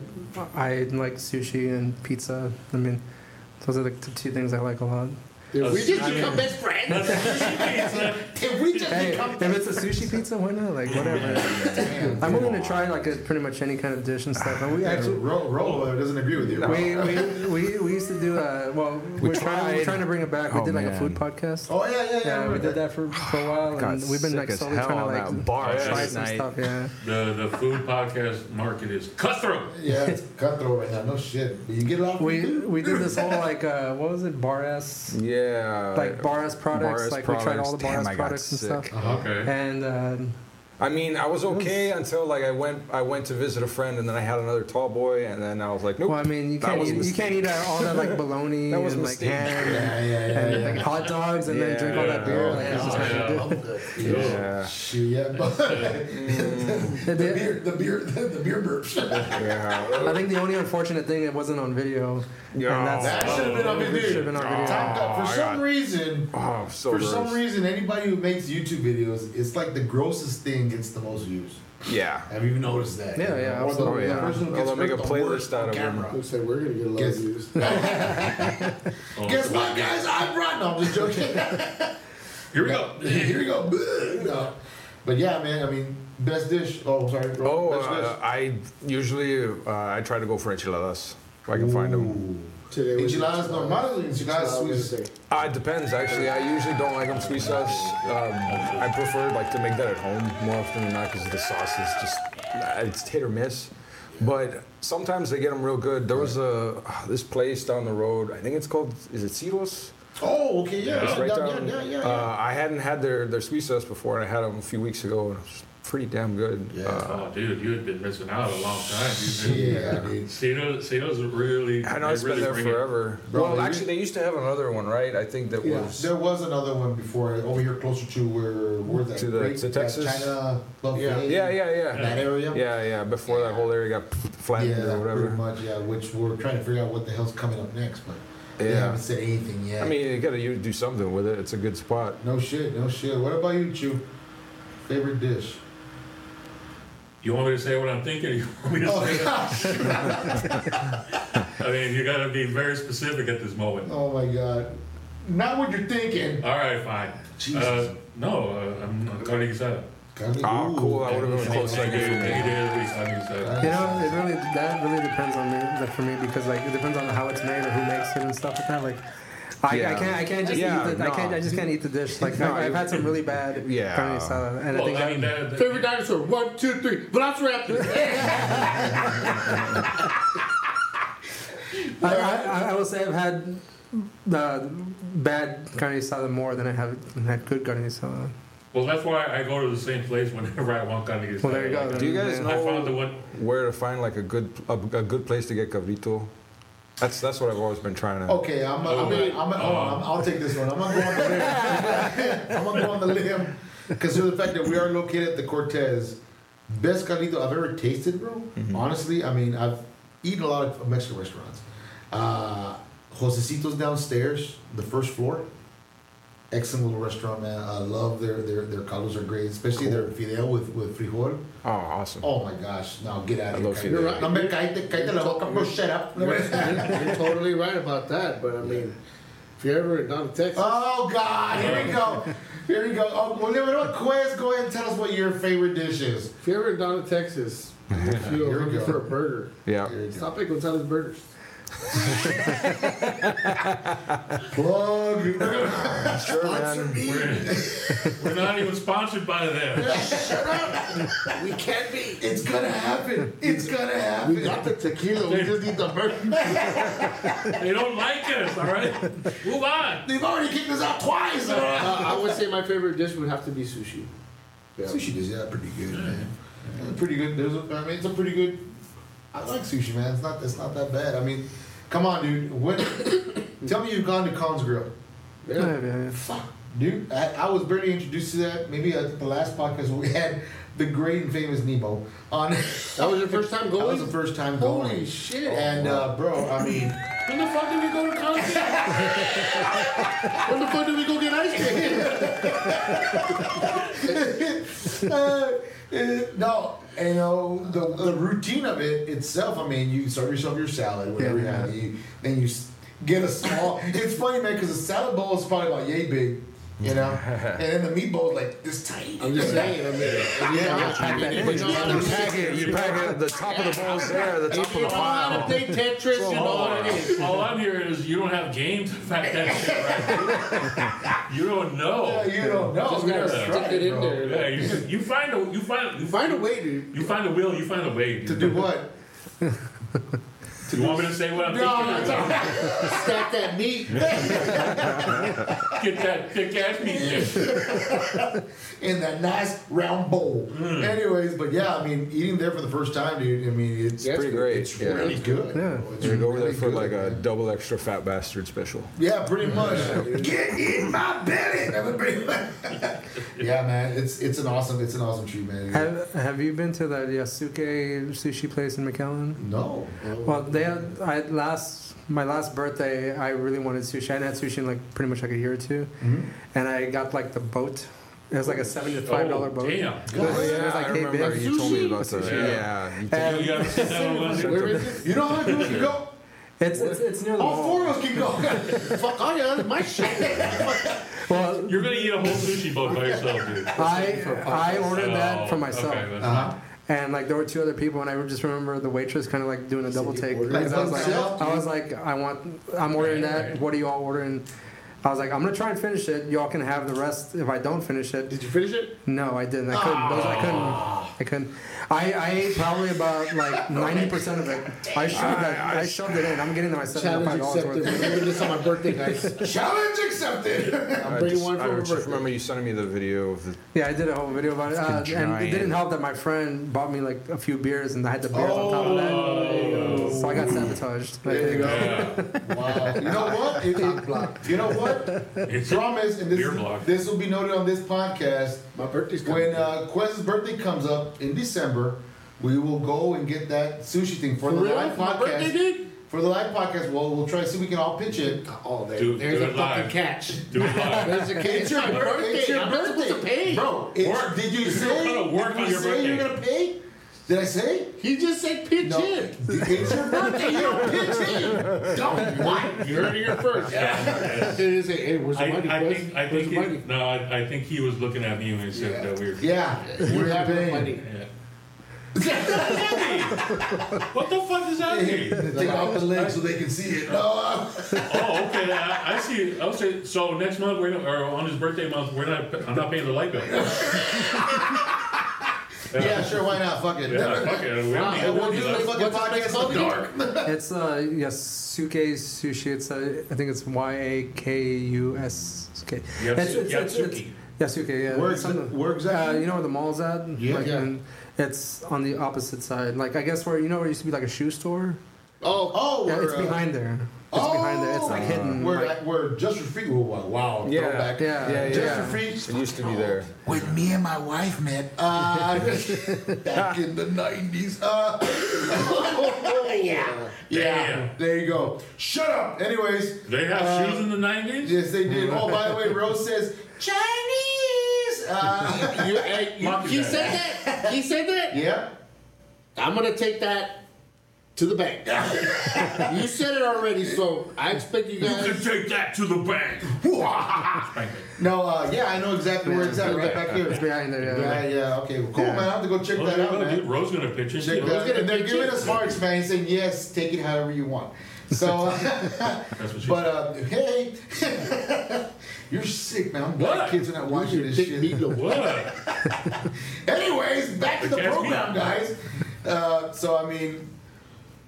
I like sushi and pizza. I mean, those are like the two things I like a lot. Dude, we just I mean- become best friends. If we just Hey, become if it's a sushi pizza, why not? Like whatever. damn, I'm willing to try like a, pretty much any kind of dish and stuff. And we actually. Ro- Rolo doesn't agree with you. We, we, we, we used to do a well. We are trying, we're tried. trying to bring it back. We Oh, did like a food man. podcast. oh yeah, yeah, yeah. I yeah, we remember did that for, for a while, Got and we've been sick like as slowly hell trying to on like that bar try last some night. stuff. Yeah. The, the food podcast market is cutthroat. Yeah, it's cutthroat right now. No shit. But you get a lot of We food? we did this whole like uh, what was it bar ass Yeah. like bar ass products Bar-S like we tried all the Uh, products. bar Damn, I ass got products and sick. stuff. Uh-huh. Okay. And um, I mean, I was okay until like I went I went to visit a friend and then I had another tall boy and then I was like, nope. well, I mean, you That can't was a eat, you can't eat uh, all that like bologna That was a and like mistake. ham Yeah, yeah, yeah. and yeah. like hot dogs and then drink all that Yeah. beer. Oh, like, that's just God, not gonna yeah. do it. yeah. Shoot, yeah, but the The- beer, the beer, the beer burps. That yeah. I think the only unfortunate thing it wasn't on video. Yeah. and that's, should have been on It should've video. been on video. Time cut. Oh, For I some got- reason, Oh, I'm so for gross. some reason, anybody who makes YouTube videos, it's like the grossest thing gets the most views. Yeah. Have you noticed that? Yeah, yeah, Or the, Oh, yeah. the person who Or gets they'll make hurt a the playlist worst out on of 'em. camera. Looks like we're gonna get a lot of Guess- views. Oh, Guess what, guys? I'm right. No, I'm just joking. Here we go. Here we go. Bleh. No. But yeah, man. I mean, best dish. Oh, sorry. Oh, best uh, I usually uh, I try to go for enchiladas if I can find them. Today was- Enchiladas normales, enchiladas suizas. Uh, it depends actually. I usually don't like them sweet sauce. Um, I prefer like to make that at home more often than not because the sauce is just uh, it's hit or miss. But sometimes they get them real good. There was a uh, this place down the road. I think it's called is it Silos? Oh, okay, Yeah. yeah, yeah, Right yeah, down. yeah, yeah, yeah. Uh, I hadn't had their their sweet sauce before, and I had them a few weeks ago, and it was pretty damn good. Yeah. Uh, Oh, dude, you had been missing out a long time. You've been, yeah, dude. See those, see those are really. I know they it's really been there bring it- forever. Bro, well, they actually, they used to have another one, right? I think that Yeah. was. There was another one before over here, closer to where where's that? To the- Great- to that Texas? China buffet. Yeah. Yeah, yeah, That yeah. area. Yeah, yeah. Before that whole area got flattened Yeah, or pretty whatever. much. Yeah, which we're trying to figure out what the hell's coming up next, but they Yeah. haven't said anything yet. I mean, you gotta you do something with it. It's a good spot. no shit, no shit. What about you, Chew? Favorite dish? You want me to say what I'm thinking? or You want me to Oh say? gosh! I mean, you got to be very specific at this moment. Oh my god! Not what you're Uh, thinking. All right, fine. Jesus. Uh, no, uh, I'm, I'm Tony Gisella. Oh, cool. I would have been Negative, close like you. negative, Tony Gisella. You know, it really that really depends on me that for me because like it depends on how it's made or who makes it and stuff like that. Like, I, I Yeah. can't I can't just Yeah, eat the, I can't I just can't eat the dish. Like No, I, I've you- had some really bad Yeah. carne asada, and I think Well, I that- mean, that, that- Favorite dinosaur? One, two, three. Velociraptor. I, I, I- I will say I've had uh, bad carne asada more than I have had good carne asada. well, that's why I go to the same place whenever I want Tony Gisella. Well, there you go. Like, Do you guys Yeah. know- I found the one. Where to find like a good a, a good place to get cabrito? That's that's what I've always been trying to. Okay, I'm. I'm. I'm. I'm, I'm, I'm Uh-huh. I'll take this one. I'm gonna go on the limb. I'm gonna go on the limb. Consider the fact that we are located at the Cortez, best carnito I've ever tasted, bro. Mm-hmm. Honestly, I mean, I've eaten a lot of Mexican restaurants. Uh, Josecito's downstairs, the first floor. Excellent little restaurant, man. I love their their their caldos are great, especially their fideo with with frijol. Oh, awesome. Oh my gosh! Now get out I of here. love Kai. fideo. You're right. No, me, cállate, cállate la boca, bro. Shut up. You're, you're totally right about that, but I mean, If you're ever down in Texas, Oh God, here we go. Here we go. Oh, well, you know what, Quez, go ahead and tell us what your favorite dish is. if you're ever down in Texas, if Here you're we looking go. for a burger, Yeah. stop at Gonzalez Burgers. Plug. Sure, man. We're, we're not even sponsored by them. We can't be. It's gonna happen. It's gonna happen. We got the tequila. We just need the burger. They don't like us, all right? Move on. They've already kicked us out twice. Uh, I would say my favorite dish would have to be sushi. Yeah. Sushi does that pretty good, man. That's pretty good. There's a, I mean, it's a pretty good. I like sushi, man. It's not. It's not that bad. I mean, come on, dude. What? tell me you've gone to Khan's Grill. Oh, Yeah. Fuck, dude. I, I was barely introduced to that. Maybe at the last podcast we had the great and famous Nemo on. That was your first time That was going? the first time going. Holy shit. And uh, bro, I mean, when the fuck did we go to concert? when the fuck did we go get ice cream? uh, no, you know the, the routine of it itself. I mean, you serve yourself your salad, whatever Yeah. you have. You, then you s- get a small. it's funny, man, because a salad bowl is probably about yay big, you know, and then the meatball is like this tiny. I'm just saying. I mean, if Yeah. you know how to pack it, You pack it, the top of the bowl's there, the top if of you the know how to pile. play Tetris, you know All, what it is. all I'm hearing is you don't have games to fact that shit right. You don't Yeah, know. you don't know. Just You gotta gotta stick try it in bro. there. Yeah, you, you find a you find you Find a way, dude. You find a will, you find a way. dude. To do what? You want me to say what I'm No, thinking? no, no. Stack that meat. Get that thick ass meat. dish. in that nice round bowl. Mm. Anyways, but yeah, I mean, eating there for the first time, dude. I mean, it's Yeah. Pretty great. it's yeah. really good. Yeah. bro. It's You go over there really for good. like a double extra fat bastard special. Yeah, pretty much. Get in my belly. That was pretty much. yeah, man, it's it's an awesome it's an awesome treat, man. Have, have you been to that Yasuke sushi place in McAllen? no. Well, they had, I had last my last birthday. I really wanted sushi. I hadn't had sushi in like pretty much like a year or 2 Mm-hmm. and I got like the boat. It was like a seven to five dollar Oh, boat. Damn. Oh, It was like, I hey, remember babe. you told me about Sushi. that. Yeah. you And You gotta sit down and listen. Where is it? You know how many people can go? it's, it's it's Oh, near the All four mall. of us can go. Fuck, I got my shit. Well, You're gonna eat a whole sushi boat by yourself, dude. I I ordered Oh, that for myself, okay, that's- Uh-huh. and like there were two other people, and I just remember the waitress kind of like doing a double take. ordered because it I was like, yourself? I was like, I want, I'm ordering that. What are you all ordering? I was like, I'm gonna try and finish it. Y'all can have the rest if I don't finish it. Did you finish it? Ah. No, I didn't. I couldn't. Those, I couldn't. I couldn't. I, I ate probably about like ninety percent of it. I shoved that. I shoved it in. I'm getting to my seventy five Challenge dollars accepted. worth. We're doing this on my birthday, guys. Challenge accepted. I'm I bringing just, one I for my just birthday. remember you sending me the video of the. Yeah, I did a whole video about it, uh, and it giant. didn't help that my friend bought me like a few beers, and I had the beers on top of Oh. that, so I got sabotaged. There you go. Yeah. Wow. You know what? It- it- you know what? It's Promise, and Beer this block. this will be noted on this podcast. My birthday's coming. When uh, Quest's birthday comes up in December, we will go and get that sushi thing for, For the real? live podcast. My birthday, dude? For the live podcast, well, we'll try to see if we can all pitch it. Oh, there, Do- there's do a it fucking live. catch. Do it live. There's a catch. It's, my birth- birthday. It's your I'm not birthday, supposed to pay. bro. It's, Work. Did you You're say? gonna work did on you your say you're birthday. gonna pay? Did I say? He just said pitch No. in. It's your birthday. You don't pitch it. Don't what? You heard it here first. Yeah. It is a, hey, where's the I, money, I Wes? think I Where's think the money? it, no, I, I think he was looking at me when he said that we were. Yeah, Where's we're the not paying. money? Yeah. what the fuck does that mean? Take off the lid so they can see it. No, I'm- Oh, okay. I, I see. I say so. Next month, we're gonna, or on his birthday month, we're not. I'm not paying the light bill. yeah, yeah, sure. Why not? Fuck it. yeah, fuck it. We don't need We'll do to the do that. fucking What's the place podcast called in the dark. It's uh Yasuke sushi. It's uh, I think it's Y A K U S K. Yasu- It's- it's- it's- it's- Yatsuki. Yasuke, yeah. Where it's exa- on the- where exactly? Uh, you know where the mall's at? Yeah. Like, Yeah. and it's on the opposite side. Like I guess where you know where it used to be like a shoe store. Oh, oh, Yeah, we're, it's uh, behind there. It's behind there. It's like Oh! hidden. We're like- we're just for free. Wow, wow, Yeah. throwback. Yeah. Yeah, Just yeah. for free. It used to be there. When me and my wife met, uh, back in the nineties. Uh, yeah, yeah. Damn. There you go. Shut up. Anyways, uh, They have shoes in the '90s. yes, they did. Oh, by the way, Rose says Chinese. Uh, You, hey, you, Monkey he bag. said that. He said that. yeah. I'm gonna take that to the bank. you said it already, so I expect you guys. take that to the bank. Spank me. No, uh, yeah, I know exactly where it's at, right back here. It's behind there, yeah. Yeah, yeah, okay, well, cool, man. I'll have to go check Well, that there you out, go, dude. man. Rose's gonna pitch it. Check you know. that out. And they're pitch giving it? us hearts, man. He's saying, yes, take it however you want. So, That's what she but said. uh, hey, you're sick, man. I'm glad What? kids are not watching Your this thick shit. meatloaf. What? Anyways, back to the Catch me program, up. guys. Uh, so I mean,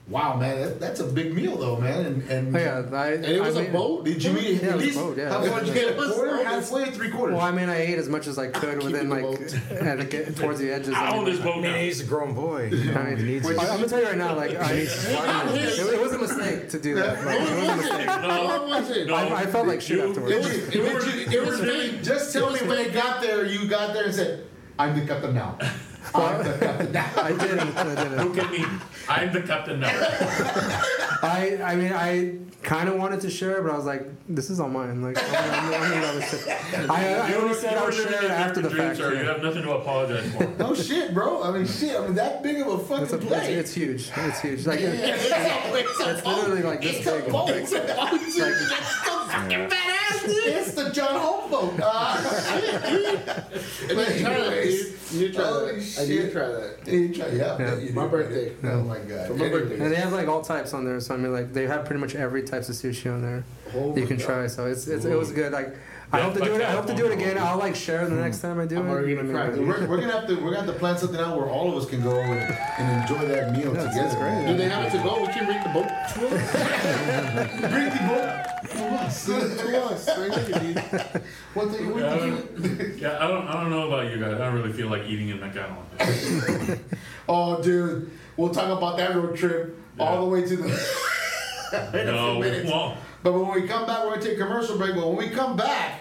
wow, man, that, that's a big meal though, man. And and, Oh, Oh, yeah, I, And it was I a made- boat. Did you eat Yeah, it at was least both, yeah. how much? Yeah, it was quarter, both. halfway, three quarters. Well, I mean, I ate as much as I could Keeping within the like at the, get- towards the edges. I I own mean, this boat Man, now. he's a grown boy. I mean, needs I'm gonna tell you right now, like I, his- it, it was a mistake to do that. Like, it was a What was it? What mistake. was it? No. I, I felt like shit You- It afterwards. was- it It was- was- it it was was really- fake. Just tell me when it got there. You got there and said, "I'm the captain now." I'm the captain now. I didn't. I didn't. Look at me. I'm the captain now. I, I mean, I kind of wanted to share, but I was like, this is all mine. Like, I'm, I'm, I'm gonna have this shit. I, I You only were- said you I'll were living share your it after the dream, fact. sir. You yeah. have nothing to apologize for. No shit, bro. I mean, shit. I mean, that big of a fucking It's, a, it's, play. it's huge. It's huge. Like, it- It's a- it's a it's literally like this It's a big. boat. It's a boat. It's so fucking badass, dude. It's the John Hope vote. Uh, And then try that, dude. Anyways. You need to try Holy that. I need to shit. try that. you try- yeah, Yeah. you My do. birthday. Oh my god. For my birthday. And they have like all types on there, so I mean, like they have pretty much every types of sushi on there Oh you my can God. try. So it's, it's it was good. Like I Yeah, hope to like do it. I that hope to one do it roll. again. I'll like share the next time I do I'm it. already I mean, gonna try but- We're, we're gonna have to we're gonna have to plan something out where all of us can go and, and enjoy that meal Yeah, together. that's great. Do they have it to go? We can read the boat. Bring the boat to us. To us. Right here, dude. What the, what Yeah, I the- don't- Yeah, I don't, I don't know about you guys. I don't really feel like eating in McDonald's. Oh, dude, we'll talk about that road trip all the way to the. No, we minutes. won't. But when we come back, we're gonna take a commercial break. But when we come back,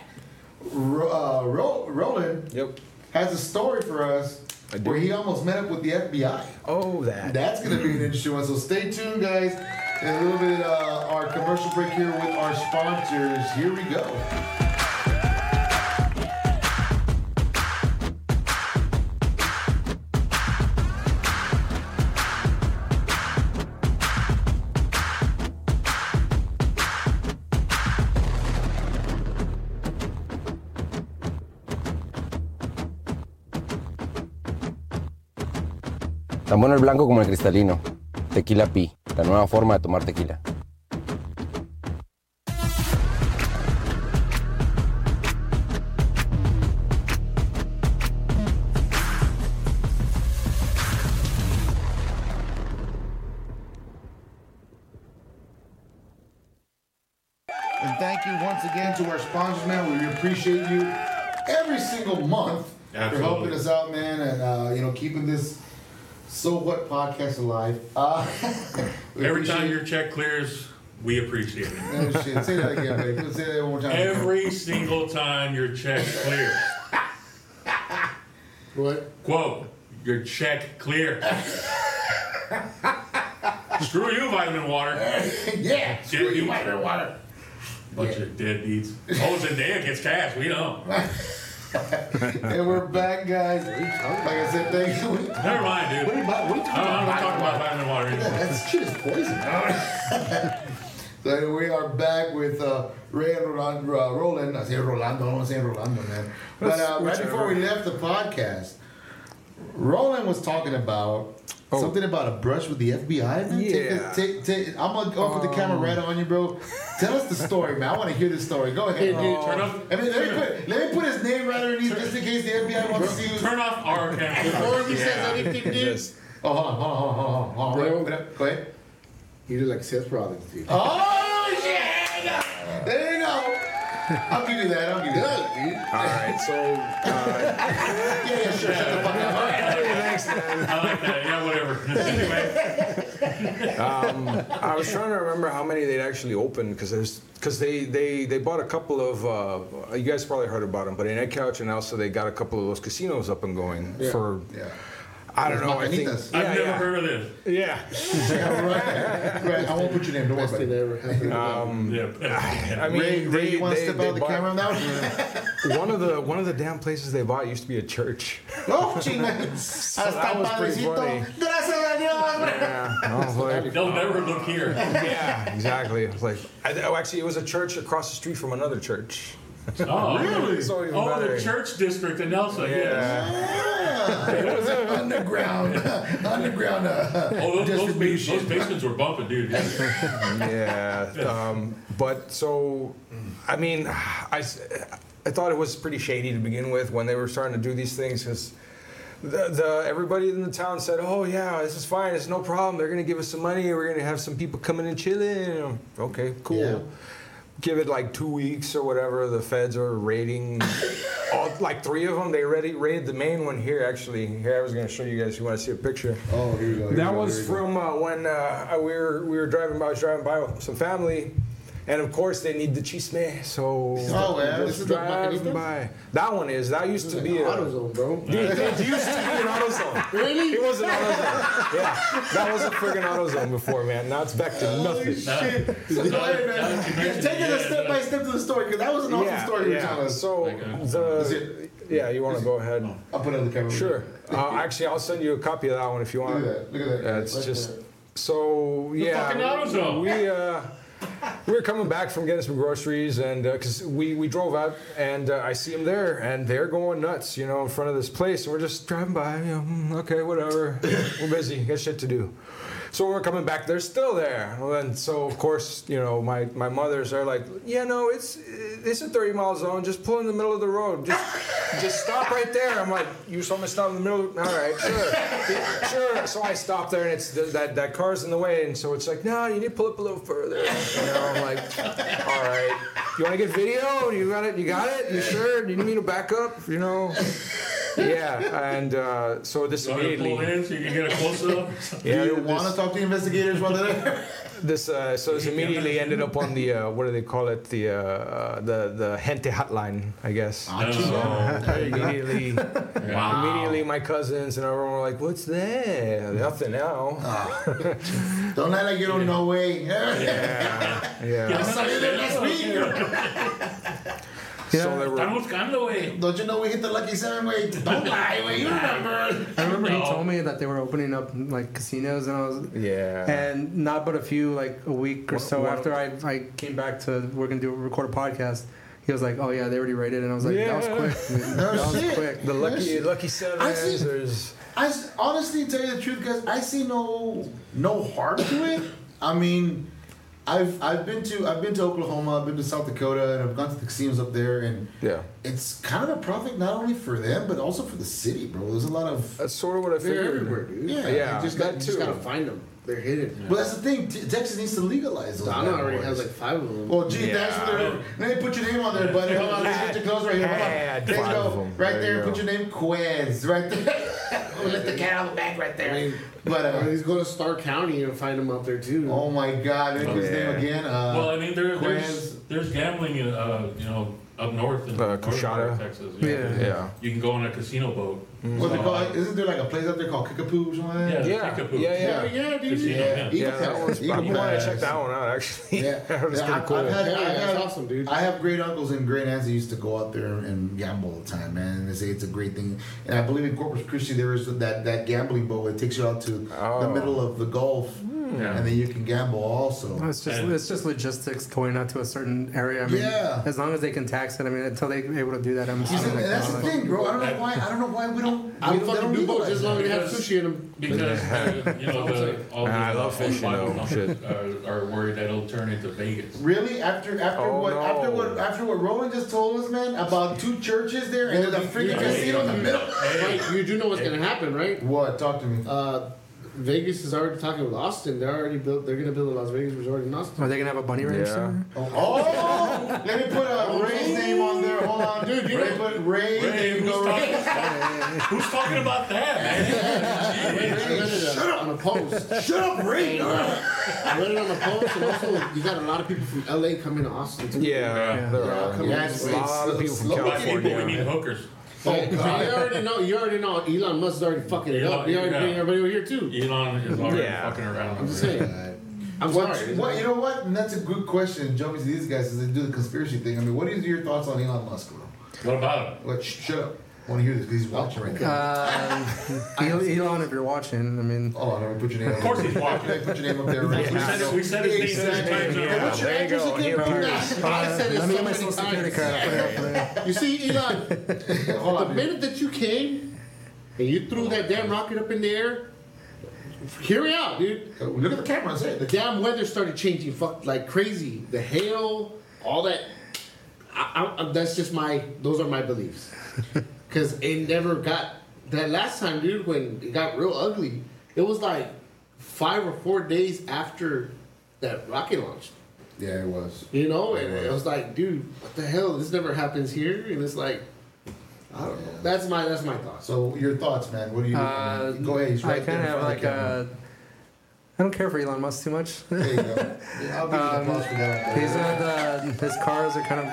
Ro- uh, Ro- Roland Yep. has a story for us I do. where he almost met up with the FBI. Oh, that. That's gonna be an interesting one. So stay tuned, guys. In a little bit, uh, our commercial break here with our sponsors. Here we go. Tan bueno el blanco como el cristalino. Tequila Pi, la nueva forma de tomar tequila. And thank you once again to our sponsors, man. We appreciate you every single month for Absolutely. helping us out, man, and uh, you know keeping this so what podcast alive. Uh, we Every appreciate- time your check clears, we appreciate it. Oh, shit. Say that again, baby. Say that one more time. Every single time your check clears. What? Quote, your check clear. Screw you, vitamin water. yeah. Screw you, vitamin water. Bunch of deadbeats. Oh, Zendaya gets cash. We don't. And we're back, guys. Like I said, thank you. What Never mind, are dude. you, about- what are you I talking don't, I about? don't talk about vitamin water anymore. That shit is poison. so we are back with uh, Ray and Roland, uh, Roland. I say Rolando, I don't say Rolando, man. But uh, right before we left the podcast, Roland was talking about Oh. something about a brush with the FBI. Man. Take Yeah. this- Take, take, I'm gonna go put the camera Um. right on you, bro. Tell us the story, man. I want to hear this story. Go ahead. Hey, dude, Turn off, I mean, let me, put, let me put his name right underneath just in case the FBI wants to see who's. turn off our camera. Before he says anything, dude, Oh, hold on, hold on, hold on, hold on, hold on. Wait, Bro. wait, wait, Go ahead. you look like Seth Rollins, dude. Oh yeah! There you go. I'll give you that. I'll give you that. Look, dude. All right, so uh, Yeah, yeah, sure. Shut the fuck up. All right. thanks, man. I like that. Yeah, whatever. anyway, I was trying to remember how many they'd actually opened because there's because they, they they bought a couple of uh, you guys probably heard about them, but in Ed Couch and also they got a couple of those casinos up and going for Yeah. I don't know. I think Maquinitas. yeah, I've never yeah. heard of this. Yeah. Right. I won't put your name. Don't worry Best about thing it. that ever happened. Yeah. I mean, Ray, Ray, you want to they- step they out the bought- camera now? One of the one of the damn places they bought used to be a church. No, chingas. that was Hasta pretty padrecito. funny. Gracias a videos. Yeah, I was like, They'll never look here. yeah, exactly. It's like, I, oh, actually, it was a church across the street from another church. Oh, Really? It's all even Oh, better. the church district in Nelson. Yes. underground, underground. Uh, Oh, those, those, bas- Distribution. those basements were bumping, dude. Yeah. yeah. Um, but so, I mean, I, s- I thought it was pretty shady to begin with when they were starting to do these things because the, the everybody in the town said, "Oh yeah, this is fine. It's no problem. They're gonna give us some money. We're gonna have some people coming and chilling." Okay, cool. Yeah. Give it like two weeks or whatever. The feds are raiding, all, like three of them. They already raided the main one here. Actually, here I was gonna show you guys. You want to see a picture? oh, here we go. here we That go, was here we go. from uh, when uh, I- we were we were driving by. I was driving by with some family, and of course they need the chisme. So Oh, yeah, just this is the driving Macanito? by. That one is that used to be a. AutoZone, bro. Dude, it used to be an AutoZone. Really? It was an AutoZone. Yeah, that was a friggin' AutoZone before, man. Now it's back to Oh, nothing. Shit. So, go ahead, man. Yeah, Take it a step by step to the story because that was an awesome story you were telling us. uh, So Okay. Is the it- Oh. yeah, you want to go ahead? I'll put it on the camera. Sure. Uh, actually, I'll send you a copy of that one if you Look want. at that. Look at that. Yeah, it's Right just there. so yeah. fucking AutoZone. We uh, we were coming back from getting some groceries, and because we we drove out, and uh, I see them there, and they're going nuts, you know, in front of this place, and we're just driving by, you know, "Hmm, okay, whatever, we're busy, got shit to do. So we're coming back. They're still there, and so of course, you know, my, my mothers are like, yeah, no, it's it's a thirty mile zone. Just pull in the middle of the road. Just just stop right there. I'm like, you saw me stop in the middle. All right, sure, sure. So I stop there, and it's that that car's in the way, and so it's like, no, you need to pull up a little further. You know, I'm like, all right. You want to get video? You got it? You got it? You sure? Do you need me to back up? You know? Yeah. And uh, so this So you pull immediately. in so you can get a close up. Yeah, Do you this- want to talk to the investigators while they're there? this uh, so this immediately ended up on the uh, what do they call it the uh, uh, the the gente hotline I guess. Ah, Uh, So immediately, immediately my cousins and everyone were like, "What's that? Nothing now." Don't act like you don't know way. I Yeah. saw you there last week. So there were. Estamos buscando, güey. Don't you know we hit the lucky seven way? Don't lie, way. You remember. I remember he No. told me that they were opening up like casinos, and I was Yeah. and not but a few like a week or so Wha- wha- after I, I came back to we're gonna do record a podcast. He was like, "Oh yeah, they already rated," and I was like, "That Yeah. was quick. man. No that was Oh, shit. quick." The lucky lucky sevens. see- There's I s- honestly tell you the truth, guys. I see no no harm to it. I mean, I've I've been to I've been to Oklahoma, I've been to South Dakota, and I've gone to the casinos up there, and yeah. it's kind of a profit not only for them but also for the city, bro. There's a lot of That's sort of what I They're everywhere, figured. dude. Yeah, Uh, yeah, You just, that got, you just too. gotta find them. They're hidden. But that's the thing. T- Texas needs to legalize those. Donna bad already boys. has like five of them. Well, gee, that's what they're. Let me put your name on there, buddy. Hold on, let's get your clothes right here. Hold on. Add There you five of go. them. Right There there, you put go. your name, Quez. Right there. oh, let the cat out of the bag right I there. mean, But or uh, he's going to Star County and find them out there too. oh my God, look at his Yeah. name again. Uh, Well, I mean, there, there's Quez. there's gambling, in, uh, you know, up north in Uh, northern part Coachella. of Texas. Yeah. Yeah. You can go on a casino boat. Uh, What they call it? Isn't there like a place out there called Kickapoo or something? Yeah, Yeah. Kickapoo. Yeah. yeah, Yeah. yeah, dude. Casino, yeah. Eagle Yeah, that Pass. one's. Eagle You want Pass. to check that one out, actually. Yeah, that was Yeah, pretty I've- cool. I've had- Yeah, I've that's had- awesome, dude. I have great uncles and great aunts that used to go out there and gamble all the time, man. And they say it's a great thing. And I believe in Corpus Christi there is that, that gambling boat that takes you out to the Oh. middle of the Gulf, Hmm. Yeah. and then you can gamble also. It's just it's just logistics going out to a certain area. I mean, Yeah. as long as they can tax it, I mean, until they are able to do that, I'm You just see, like, and that's oh, the thing, bro. I don't know why. I don't know why we don't. I we would don't- they fucking don't do both legalize just as that. long as they have Because- sushi in them. Because uh, you know the all the Man, I love all the fishing, bottom though. companies Are, are worried that it'll turn into Vegas. Really, after after Oh, what no. after what after what Roland just told us, man, about two churches there and there's a freaking Yeah. casino in the middle. Right, you do know what's gonna happen, right? What? Talk to me. Uh, Vegas is already talking with Austin. They're already built. They're gonna build a Las Vegas resort in Austin. are they gonna have a bunny ranch? Yeah. somewhere? Oh, oh, let me put uh, Ray's name on there. Hold on, dude. You Ray- Ray, put Ray. there Hey, you who's, go, Ray. talking, who's talking about that, man? I read it uh, on a post. Shut up, Ray. I read it on a post, and also you got a lot of people from LA coming to Austin. Too. Yeah, Yeah. there Yeah, are. come Yeah, it's- A lot of people from Slow- Black people, we California. need hookers. Like, you already know. You already know. Elon Musk is already fucking it up. He already Yeah. bringing everybody over here too. Elon is already Yeah. fucking around. I'm just saying. I'm What, sorry. what, you know what? And that's a good question, jumping to these guys, is they do the conspiracy thing. I mean, what is your thoughts on Elon Musk, bro? What about him? What? Shut up. want to hear this because he's watching right Uh, now. Elon, Um, Elon, if you're watching, I mean, oh, no, put your name. Of course he's watching. Put your name up there right We said now. it- we said his name Exactly. seven times Yeah, already. What's your there you go. address again? Here, Nah, I said it let so me get my many social security times. card. I'll put it up there. You see, Elon, Hold the on, dude. minute that you came and you threw that damn rocket up in the air, hear me out, dude. Uh, Look at the camera and say it. The damn weather started changing, fuck like crazy. The hail, all that. I, I, I- that's just my. Those are my beliefs. Cause it never got that last time, dude. When it got real ugly, it was like five or four days after that rocket launched. Yeah, it was. You know, and it was like, dude, what the hell? This never happens here, and it's like, I don't know. That's my that's my thoughts. So your thoughts, man? What do you? Uh, go ahead. He's I right kind of have like a. I don't care for Elon Musk too much. There you go. Yeah, I'll give you the applause for that. um, He's not the, his cars are kind of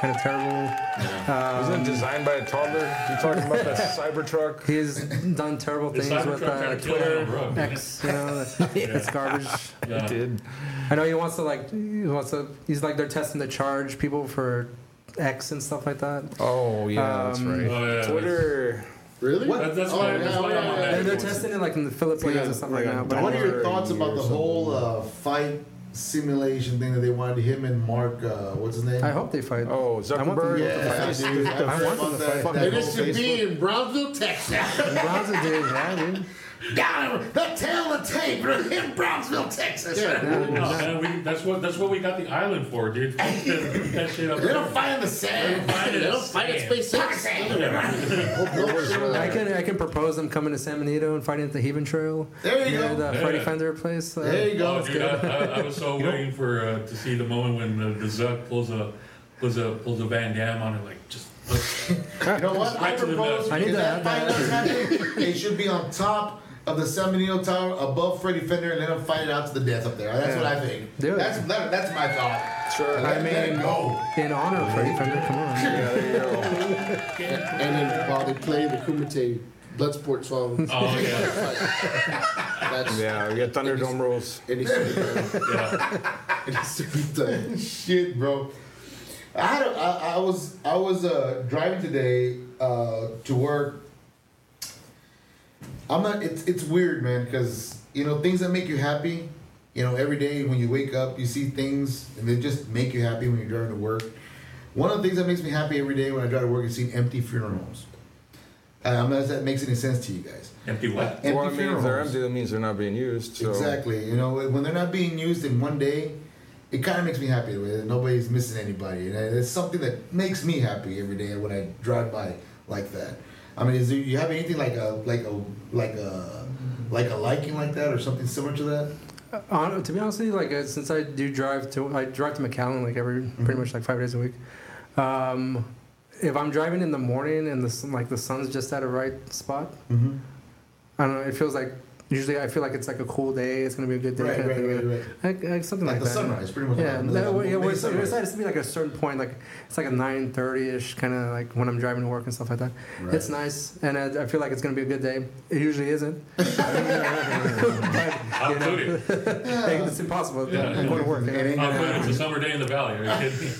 kind of terrible. Wasn't Uh, it designed by a toddler? You talking about that Cybertruck? He's done terrible The things with Cybertruck uh, had a killer on the Twitter road, didn't X. You know, it's garbage. Yeah. Did I know he wants to like he wants to. He's like they're testing to charge people for X and stuff like that. oh yeah, that's Um, right. Oh, yeah, that's- Twitter. Really? That- That's why, that's why I'm on And they're that. testing it like in the Philippines Yeah, and stuff like like, a that. But what I are don't- your thoughts about the whole uh, fight simulation thing that they wanted him and Mark? Uh, what's his name? I hope they fight. Oh I want them Zuckerberg. to- Yeah, dude. I I heard want about them to that. fight. That And whole it should Facebook- be in Brownsville, Texas. Browns are doing that, dude. Down the tail of tape in Brownsville, Texas. No, man, we, that's what that's what we got the island for, dude. that, that shit up They there. don't fight in the sand. fight in They the don't fight in sand. SpaceX. I can I can propose them coming to San Benito and fighting at the Haven Trail. There you near go. The Freddy Yeah. Fender place. uh, There you go. Oh, dude, I, I, I was so waiting for uh, to see the moment when uh, the, the Zuck pulls a pulls a pulls a Van Dam on it, like just. You know what? I Right to the propose left. I need if to that add that. fight does happen, it should be on top of the San Benito Tower, above Freddie Fender, and let him fight it out to the death up there. That's what I think. Do it. That's that, that's my thought. Sure. Let, I let it mean- go. In honor of Freddy Fender, come on. Yeah, there you go. And then while they play the Kumite Bloodsport song, Oh yeah, that's Yeah, we got Thunderdome rules. it needs to be done. yeah. Shit, bro. I had a, I, I was I was uh, driving today uh, to work. I'm not. It's it's weird, man, because you know things that make you happy. You know, every day when you wake up, you see things, and they just make you happy when you're driving to work. One of the things that makes me happy every day when I drive to work is seeing empty funeral homes. Uh, I'm not if that makes any sense to you guys. Empty what? Empty Well, I mean, funeral if they're homes. empty, that means they're not being used. So. Exactly. You know, when they're not being used in one day, it kind of makes me happy the way that nobody's missing anybody. And it's something that makes me happy every day when I drive by like that. I mean, is there, you have anything like a like a like a like a liking like that or something similar to that? On, to be honest with you, like uh, since I do drive to, I drive to McAllen like every Mm-hmm. pretty much like five days a week. Um, if I'm driving in the morning and the sun, like the sun's just at a right spot, Mm-hmm. I don't know. It feels like usually I feel like it's like a cool day. It's gonna be a good day. Right, kind of right, thing. right, right. Like, like something Like like, the that. sunrise, pretty much. Yeah, Like the- that, way- yeah. maybe Well, it's, sunrise. it's, it's to be like a certain point. Like it's like a nine thirty ish kind of like when I'm driving to work and stuff like that. Right. It's nice, and I, I feel like it's gonna be a good day. It usually isn't. I'll put it. It's impossible. Yeah. I'm going to work. you know? It ain't I'll gonna put it. It's happen. a summer day in the valley. Are you kidding me?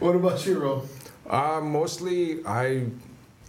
What about you, Ro? Uh, mostly, I,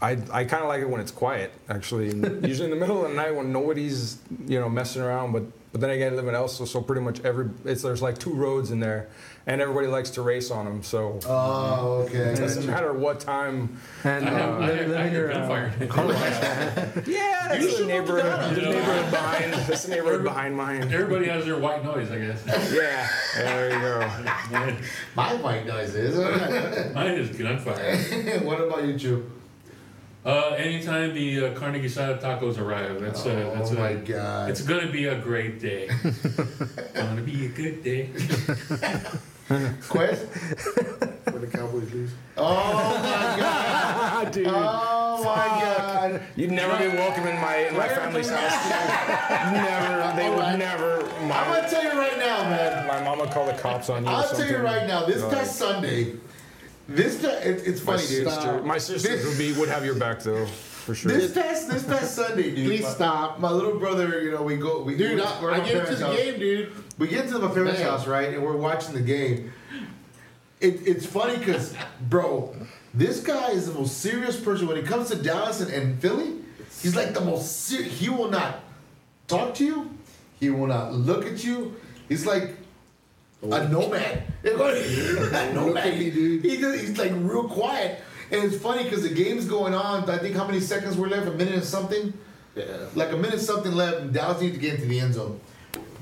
I, I kind of like it when it's quiet. Actually, usually in the middle of the night when nobody's you know messing around. But but then again, I live in El so pretty much every it's there's like two roads in there, and everybody likes to race on them. So Oh, okay. it doesn't matter what time. And I have, I uh, have, I living hear your uh, gunfire. Yeah, that's the neighborhood. The neighborhood behind. That's the neighborhood behind mine. Everybody has their white noise, I guess. Yeah, there you go. Mine, My white noise is. mine is gunfire. what about you, Chu? Uh, anytime the uh, Carnegie Sada tacos arrive, that's a, that's oh a, my god. It's gonna be a great day. gonna be a good day. Quest? when the Cowboys lose. Oh my god. Dude, Oh my god. you'd never be welcome in my in my family's house. Never. They would never. I'm My, gonna tell you right now, man. my mom would call the cops on you. or I'll tell you something. right now, this Like- past Sunday, this pa- it, it's My funny, dude. sister, my sisters would be would have your back though, for sure. This past this past Sunday, dude. Please my, stop. My little brother, you know, we go, we Dude, we- I, we're at I my get it to parents' the house. game, dude. We get to my parents' Man. house, right, and we're watching the game. it, it's funny because, bro, this guy is the most serious person when it comes to Dallas and, and Philly. He's like the most serious. He will not talk to you. He will not look at you. He's like a nomad. a nomad. at me, dude. He just, he's like real quiet. And it's funny because the game's going on. I think how many seconds were left? A minute and something? Yeah. Like a minute something left. And Dallas needs to get into the end zone.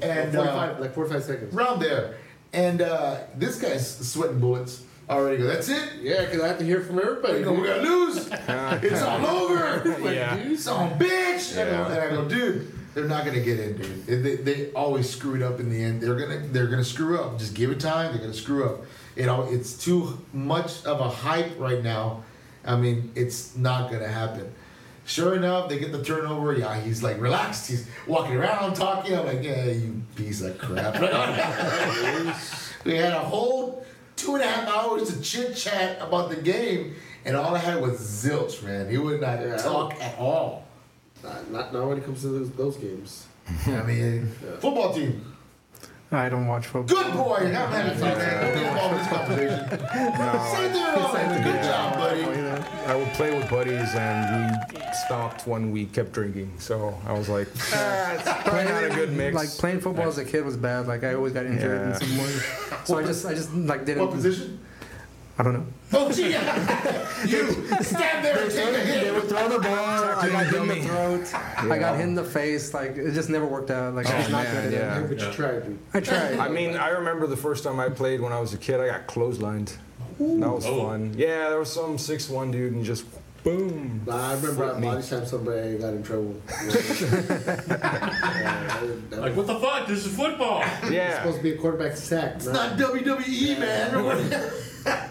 And uh, 45, like 45 seconds. around there. And uh, this guy's sweating bullets already. Go, That's it. Yeah, because I have to hear from everybody. You know, we're gonna lose. it's all over. Like, Yeah. dude, Some bitch. And I go- And I go, dude, they're not gonna get in, dude. They, they, they always screw it up in the end. They're gonna they're gonna screw up. Just give it time. They're gonna screw up. It all it's too much of a hype right now. I mean, it's not gonna happen. Sure enough, they get the turnover. Yeah, he's like relaxed. He's walking around talking. I'm like, yeah, you piece of crap. We had a whole two and a half hours to chit chat about the game, and all I had was zilch, man. He would not Yeah. talk at all. Not, not, not when it comes to those, those games. I mean, football team, uh, I don't watch football. good boy. Now man, it's like that. Don't get involved in this conversation. Say that all. Good job, buddy. I would play with buddies, and we stopped when we kept drinking. So I was like, ah, it's probably not a good mix. Like playing football as a kid was bad. Like I always got injured Yeah. in some way. So I just I just like didn't. What position? I don't know. Oh, gee, you stand there and take a hit. Throw the ball. I got hit in the dummy. throat. I got hit in the face. Like it just never worked out. Like I was not Oh, man, good at yeah. it. But you try, dude. I tried. I mean, I remember the first time I played when I was a kid. I got clotheslined. That was Oh. fun. Yeah, there was some six one dude, and just boom. Nah, I remember I body slapped somebody I got in trouble. Yeah, that- that Like, was what the fuck? This is football. Yeah. supposed to be a quarterback sack. It's not WWE, man. Yeah.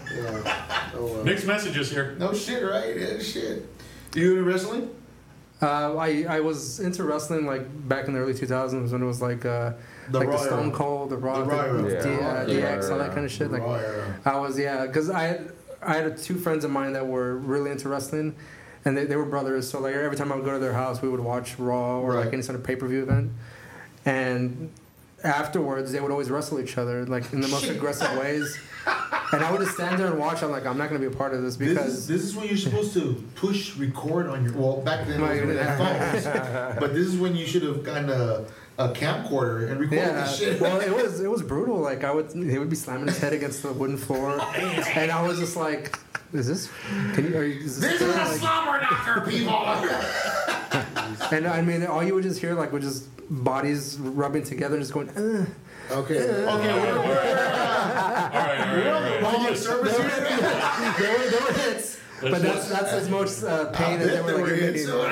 Oh, well. Mixed messages here. No shit, right? Yeah, shit. You into wrestling? Uh, I I was into wrestling like back in the early 2000s when it was like uh, The like Raw the era. Stone Cold, the Rock, the, The Raw era. D- Yeah. uh, DX, all that kind of shit. Like Raw era. I was yeah, because I had, I had two friends of mine that were really into wrestling, and they, they were brothers. So like every time I would go to their house, we would watch Raw or Right. like any sort of pay per view event, and afterwards they would always wrestle each other like in the most aggressive ways. And I would just stand there and watch. I'm like, I'm not gonna be a part of this This because is, this is when you're supposed to push record on your well back then it was when they had phones, but this is when you should have gotten a, a camcorder and recorded Yeah, this shit. well, it was it was brutal. Like I would, he would be slamming his head against the wooden floor, and I was just like, "Is this? Can you? Are you is this?" This is a like- slobber knocker, people. and I mean, all you would just hear like was just bodies rubbing together, and just going. "Ugh." Okay. Okay, we're, we're, All right, all right, all right. we're on the service here. There were there were hits, but that's that's as much uh, I pain as they bet were they like. were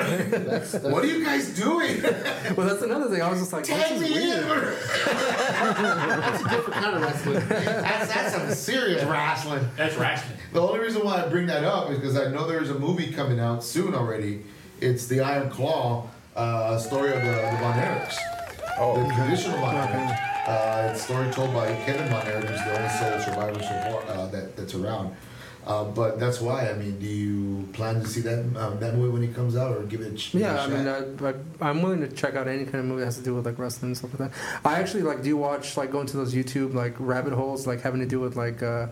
in admitting. soon. What are you guys doing? Well, that's another thing. I was just like, this Tag is me weird. in. That's a different kind of wrestling. That's, that's some serious wrestling. That's wrestling. The only reason why I bring that up is because I know there's a movie coming out soon already. It's the Iron Claw uh, story of the, the Von Erichs. Oh. the traditional Von Erich. Uh, it's a story told by Kevin Von Erich, who's the only solo survivor so far, uh, that, that's around. Uh, but that's why. I mean, do you plan to see that um, that movie when it comes out, or give it? A ch- Yeah, I a mean, uh, shot? I, I, I'm willing to check out any kind of movie that has to do with like wrestling and stuff like that. I actually like do watch like going to those YouTube like rabbit holes, like having to do with like uh,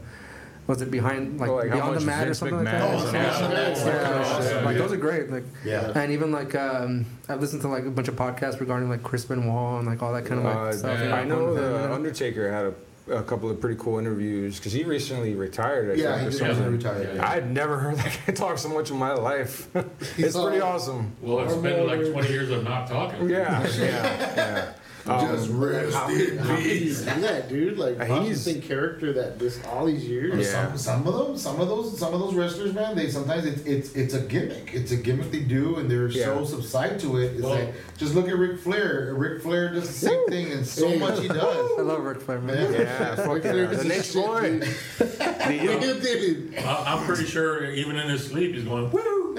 was it behind like, Oh, like how beyond the much mat or Vince something like McMahon is that? Oh, on yeah, that. that's- Yeah, that's- like those are great. Like Yeah. and even like um, I've listened to like a bunch of podcasts regarding like Chris Benoit and like all that kind of like Uh, stuff. yeah. I know the Yeah. Undertaker had a, a couple of pretty cool interviews because he recently retired. I yeah, think, he or just something. recently retired. I had never heard that guy talk so much in my life. it's He's pretty all- awesome. Well, it's been like 20 years of not talking. Yeah, yeah, yeah. Just rest in How can you peace. do that, dude? Like, Uh, how he's- he's in character that this all these years. Yeah. Some, some of them, some of those, some of those wrestlers, man. They sometimes it's it's it's a gimmick. It's a gimmick they do, and they're so Yeah. subside to it. It's Well- like just look at Ric Flair. Ric Flair does the same thing, and so much he I does. love Ric Flair, man. Man. yeah, fuck yeah. The next one. dude. I, I'm pretty sure even in his sleep, he's going, woo!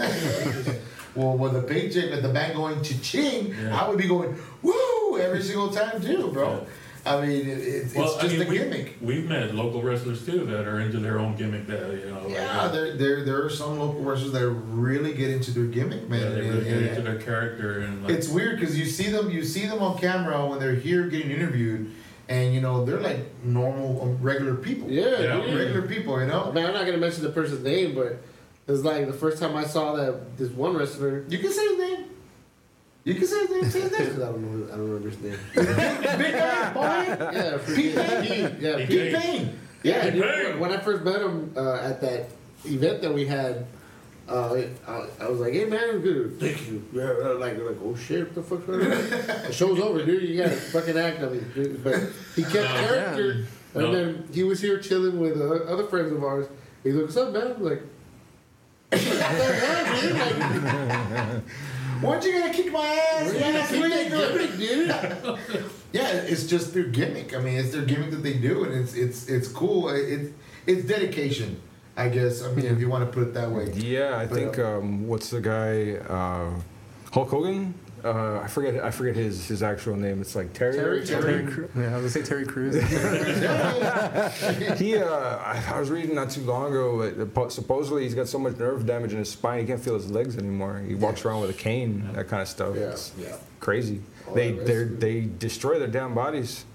Well, with a paycheck at the bank going cha-ching, Yeah. I would be going woo every single time too, bro. I mean, it, it, it's Well, just I mean, a we, gimmick. We've met local wrestlers too that are into their own gimmick that, you know, Yeah, like, uh, there, there there are some local wrestlers that really get into their gimmick, man. yeah, they and- really get and- into their character and like, It's weird because you see them, you see them on camera when they're here getting interviewed, and you know they're like normal, um, regular people. Yeah, Yeah. dude. regular people. You know, Man, I'm not gonna mention the person's name, but it's like the first time I saw that this one wrestler. you can say his name. You can say his name. Say his I name. don't know. I don't remember his name. Big guy, bald head, Yeah, for- Pete yeah, Payne? Pete, yeah, Pete Pete. Big thing. Yeah, Pete dude, Payne. when I first met him uh, at that event that we had, uh, I, I was like, "Hey man, good, thank you." Yeah, uh, like, like, oh shit, what the fuck? the show's over, dude. You gotta fucking act on me. dude." But he kept character, and No. then he was here chilling with uh, other friends of ours. He's like, "What's up, man?" I'm like, "What the hell, dude? Like, Weren't you gonna kick my ass last keep that week? gimmick, dude." Yeah, it's just their gimmick. I mean, it's their gimmick that they do, and it's it's it's cool. It's it's dedication, I guess. I mean, if you want to put it that way. Yeah, I think um, what's the guy? Uh, Hulk Hogan. Uh, I forget. I forget his his actual name. It's like Terry. Terry, Terry. Terry, Cru- yeah, I was gonna say Terry Crews. He. Uh, I, I was reading not too long ago. But po- supposedly he's got so much nerve damage in his spine he can't feel his legs anymore. He walks around with a cane. That kind of stuff. Yeah, It's yeah. crazy. All they that they risk. they destroy their damn bodies.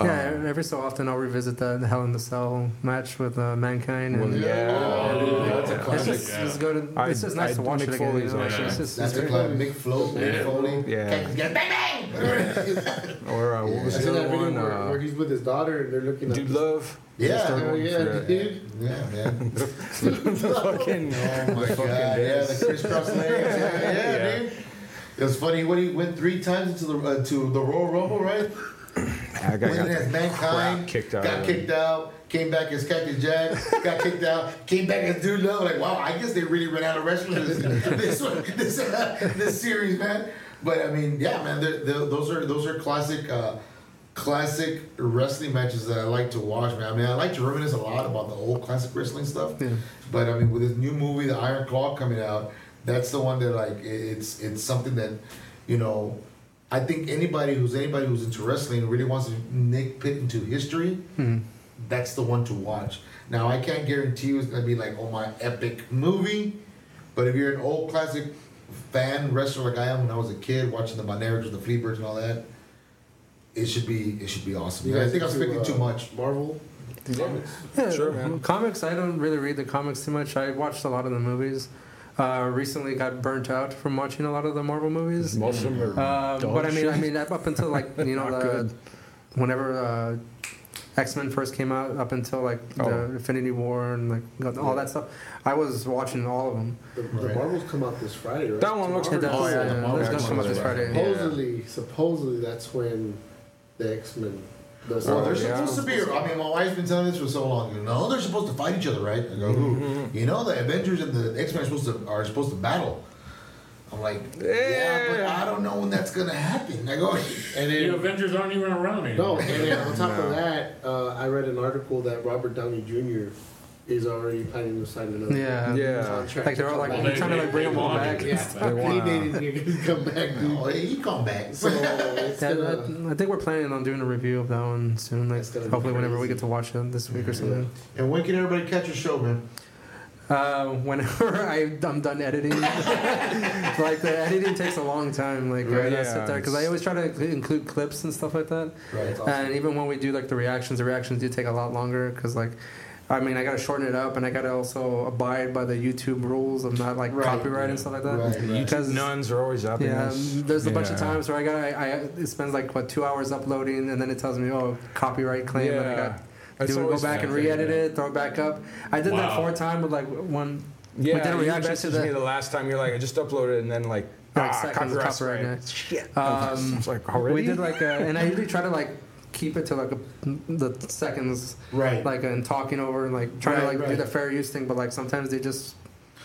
yeah, every so often I'll revisit that Hell in the Cell match with uh, Mankind. And Well, Oh, yeah. that's a It's classic. just, it's good. I- It's just nice I- to watch Mick it again. Foley's you know, it's awesome. just- That's a it's- classic. Mick Flo, Mick Yeah. Foley. Yeah. Cactus guy, Bang bang. Or uh, what was I the saw that other video one? where, Uh, where he's with his daughter and they're looking Dude up. Love. Yeah, Just Oh started- yeah, forgot, dude. Yeah, man. Fucking. Oh my god. Yeah, the crisscross legs. Yeah, yeah, Yeah. dude. It was funny when he went three times into the uh, to the Royal Rumble, right? I got, Went got in as the mankind, crap kicked out. got of him. kicked out, came back as Cactus Jack, got kicked out, came back as Dude Love. Like, wow, I guess they really ran out of wrestlers this one, this uh, this series, man. But I mean, yeah, man, they're, they're- those are those are classic. Uh, Classic wrestling matches that I like to watch, man. I mean, I like to reminisce a lot about the old classic wrestling stuff, Yeah. but I mean, with this new movie, The Iron Claw, coming out, that's the one that like it- it's it's something that, you know, I think anybody who's anybody who's into wrestling really wants to nitpick into history. That's the one to watch. Now I can't guarantee you it's gonna be like oh my epic movie, but if you're an old classic fan wrestler like I am when I was a kid watching the Monarchs with the Fleabirds and all that, it should be it should be awesome. I think I'm speaking too much. Marvel. Yeah, Sure, man. Comics, I don't really read the comics too much. I watched a lot of the movies. Uh, recently got burnt out from watching a lot of the Marvel movies. Most of them are Um, dog but I mean, I shit. mean, up up until like you know, Not the, good. whenever uh, X Men first came out, up until like Oh. the Infinity War and like got- all that stuff, I was watching all of them. The, the Marvels come out this Friday, right? That one looks It pretty does, cool. uh, Oh, Oh, yeah, the that's gonna Marvel come out ones this are Friday. Yeah. Supposedly, supposedly that's when the X Men. Well, they're Oh, yeah. supposed to be. I mean, my wife's been telling this for so long. You know, they're supposed to fight each other, right? I go, Mm-hmm. who? You know, the Avengers and the X Men are supposed to are supposed to battle. I'm like, yeah, but Yeah. I don't know when that's gonna happen. I go, And The then Avengers aren't even around anymore. no, and then on top No. of that, uh, I read an article that Robert Downey Jr. is already planning to sign another Yeah. Yeah. contract. Like, they're all like- Well, I'm they- trying to, they- like, bring they them all want back. it. yeah, They wanna- they needed you to come back, dude. oh, hey, he come back. So it's Yeah, gonna- I, I think we're planning on doing a review of that one soon. Like, That's gonna be hopefully, whenever we crazy. get to watch it this week or something. and when can everybody catch your show, man? Uh, whenever I, I'm done editing, like the editing takes a long time. Like right, I Yeah, sit there because I it's- always try to include- include clips and stuff like that. Right. And even when we do like the reactions, the reactions do take a lot longer because like. I mean, I gotta shorten it up, and I gotta also abide by the YouTube rules of not like Right, copyright and stuff like that. Right, right. Because Nuns are always up in yeah, um, this. there's a bunch Yeah. of times where I got I, I it spends like what two hours uploading, and then it tells me oh copyright claim, and I got That's do it, go always back and happening, re-edit yeah. it, throw it back up. I did that Wow. four times with like one. Yeah, we did a you reaction to messaged the. me the last time. You're like, I just uploaded, it, and then like, Like ah, seconds of copyright. copyright, strike. yeah. Shit. Um, it's like already. We did like a, and I usually try to like keep it to like a, the seconds, Right. like and talking over and like trying to Right, like do right. the fair use thing, but like sometimes they just.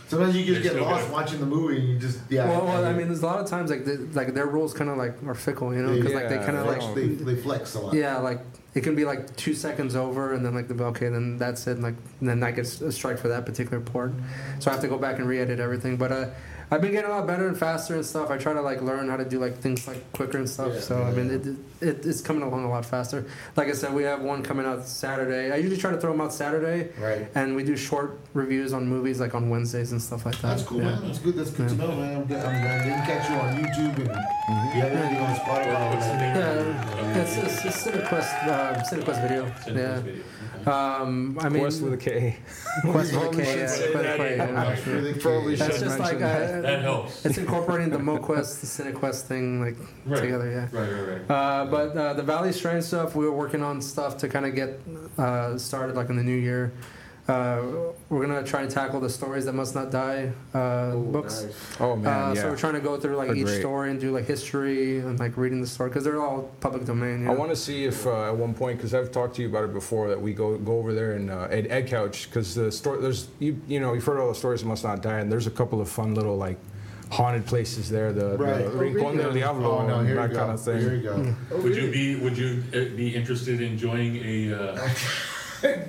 Sometimes you just They get still lost got- watching the movie and you just yeah. well, well, I mean, there's a lot of times like the, like their rules kind of like are fickle, you know, because like they Yeah, kind of they like flex, they, they flex a lot. yeah, like it can be like two seconds over, and then like the okay, then that's it. And, like then I get a strike for that particular part, so I have to go back and re-edit everything. But uh, I've been getting a lot better and faster and stuff. I try to like learn how to do like things like quicker and stuff. Yeah. so I mean, it, it it's coming along a lot faster. Like I said, we have one coming out Saturday. I usually try to throw them out Saturday, Right. and we do short reviews on movies like on Wednesdays and stuff like that. That's cool, Yeah. man. That's good. That's good to know, man. I'm glad, I'm glad they can catch you on YouTube and Mm-hmm. you have everything on Spotify. What's the man. name of Yeah, it? it's, it's, it's CineQuest, uh, CineQuest video. Send this yeah. video. Um, I mean, West with a K. Quest with a K, Probably should yeah, say Quest that. with a K, yeah. Sure they Probably can. That's should just like mention that. uh, That helps. it's incorporating the MoQuest, the CineQuest thing, like Right. together. Yeah. Right, right, right. Uh, but uh, the Valley Strain stuff, we were working on stuff to kind of get uh, started, like in the new year. Uh, we're gonna try and tackle the stories that must not die uh, books. Oh man, Uh, yeah. So we're trying to go through like They're each great. story and do like history and like reading the story because they're all public domain. You I know? want to see if uh, at one point, because I've talked to you about it before, that we go go over there and uh, Ed, Ed Couch, because the story there's you you know you've heard all the stories that must not die, and there's a couple of fun little like haunted places there, the, Right. the Oh, Rincon del Diablo Oh, no, and here that you kind go. of thing. Here you go. Would you be, would you uh, be interested in joining a, uh,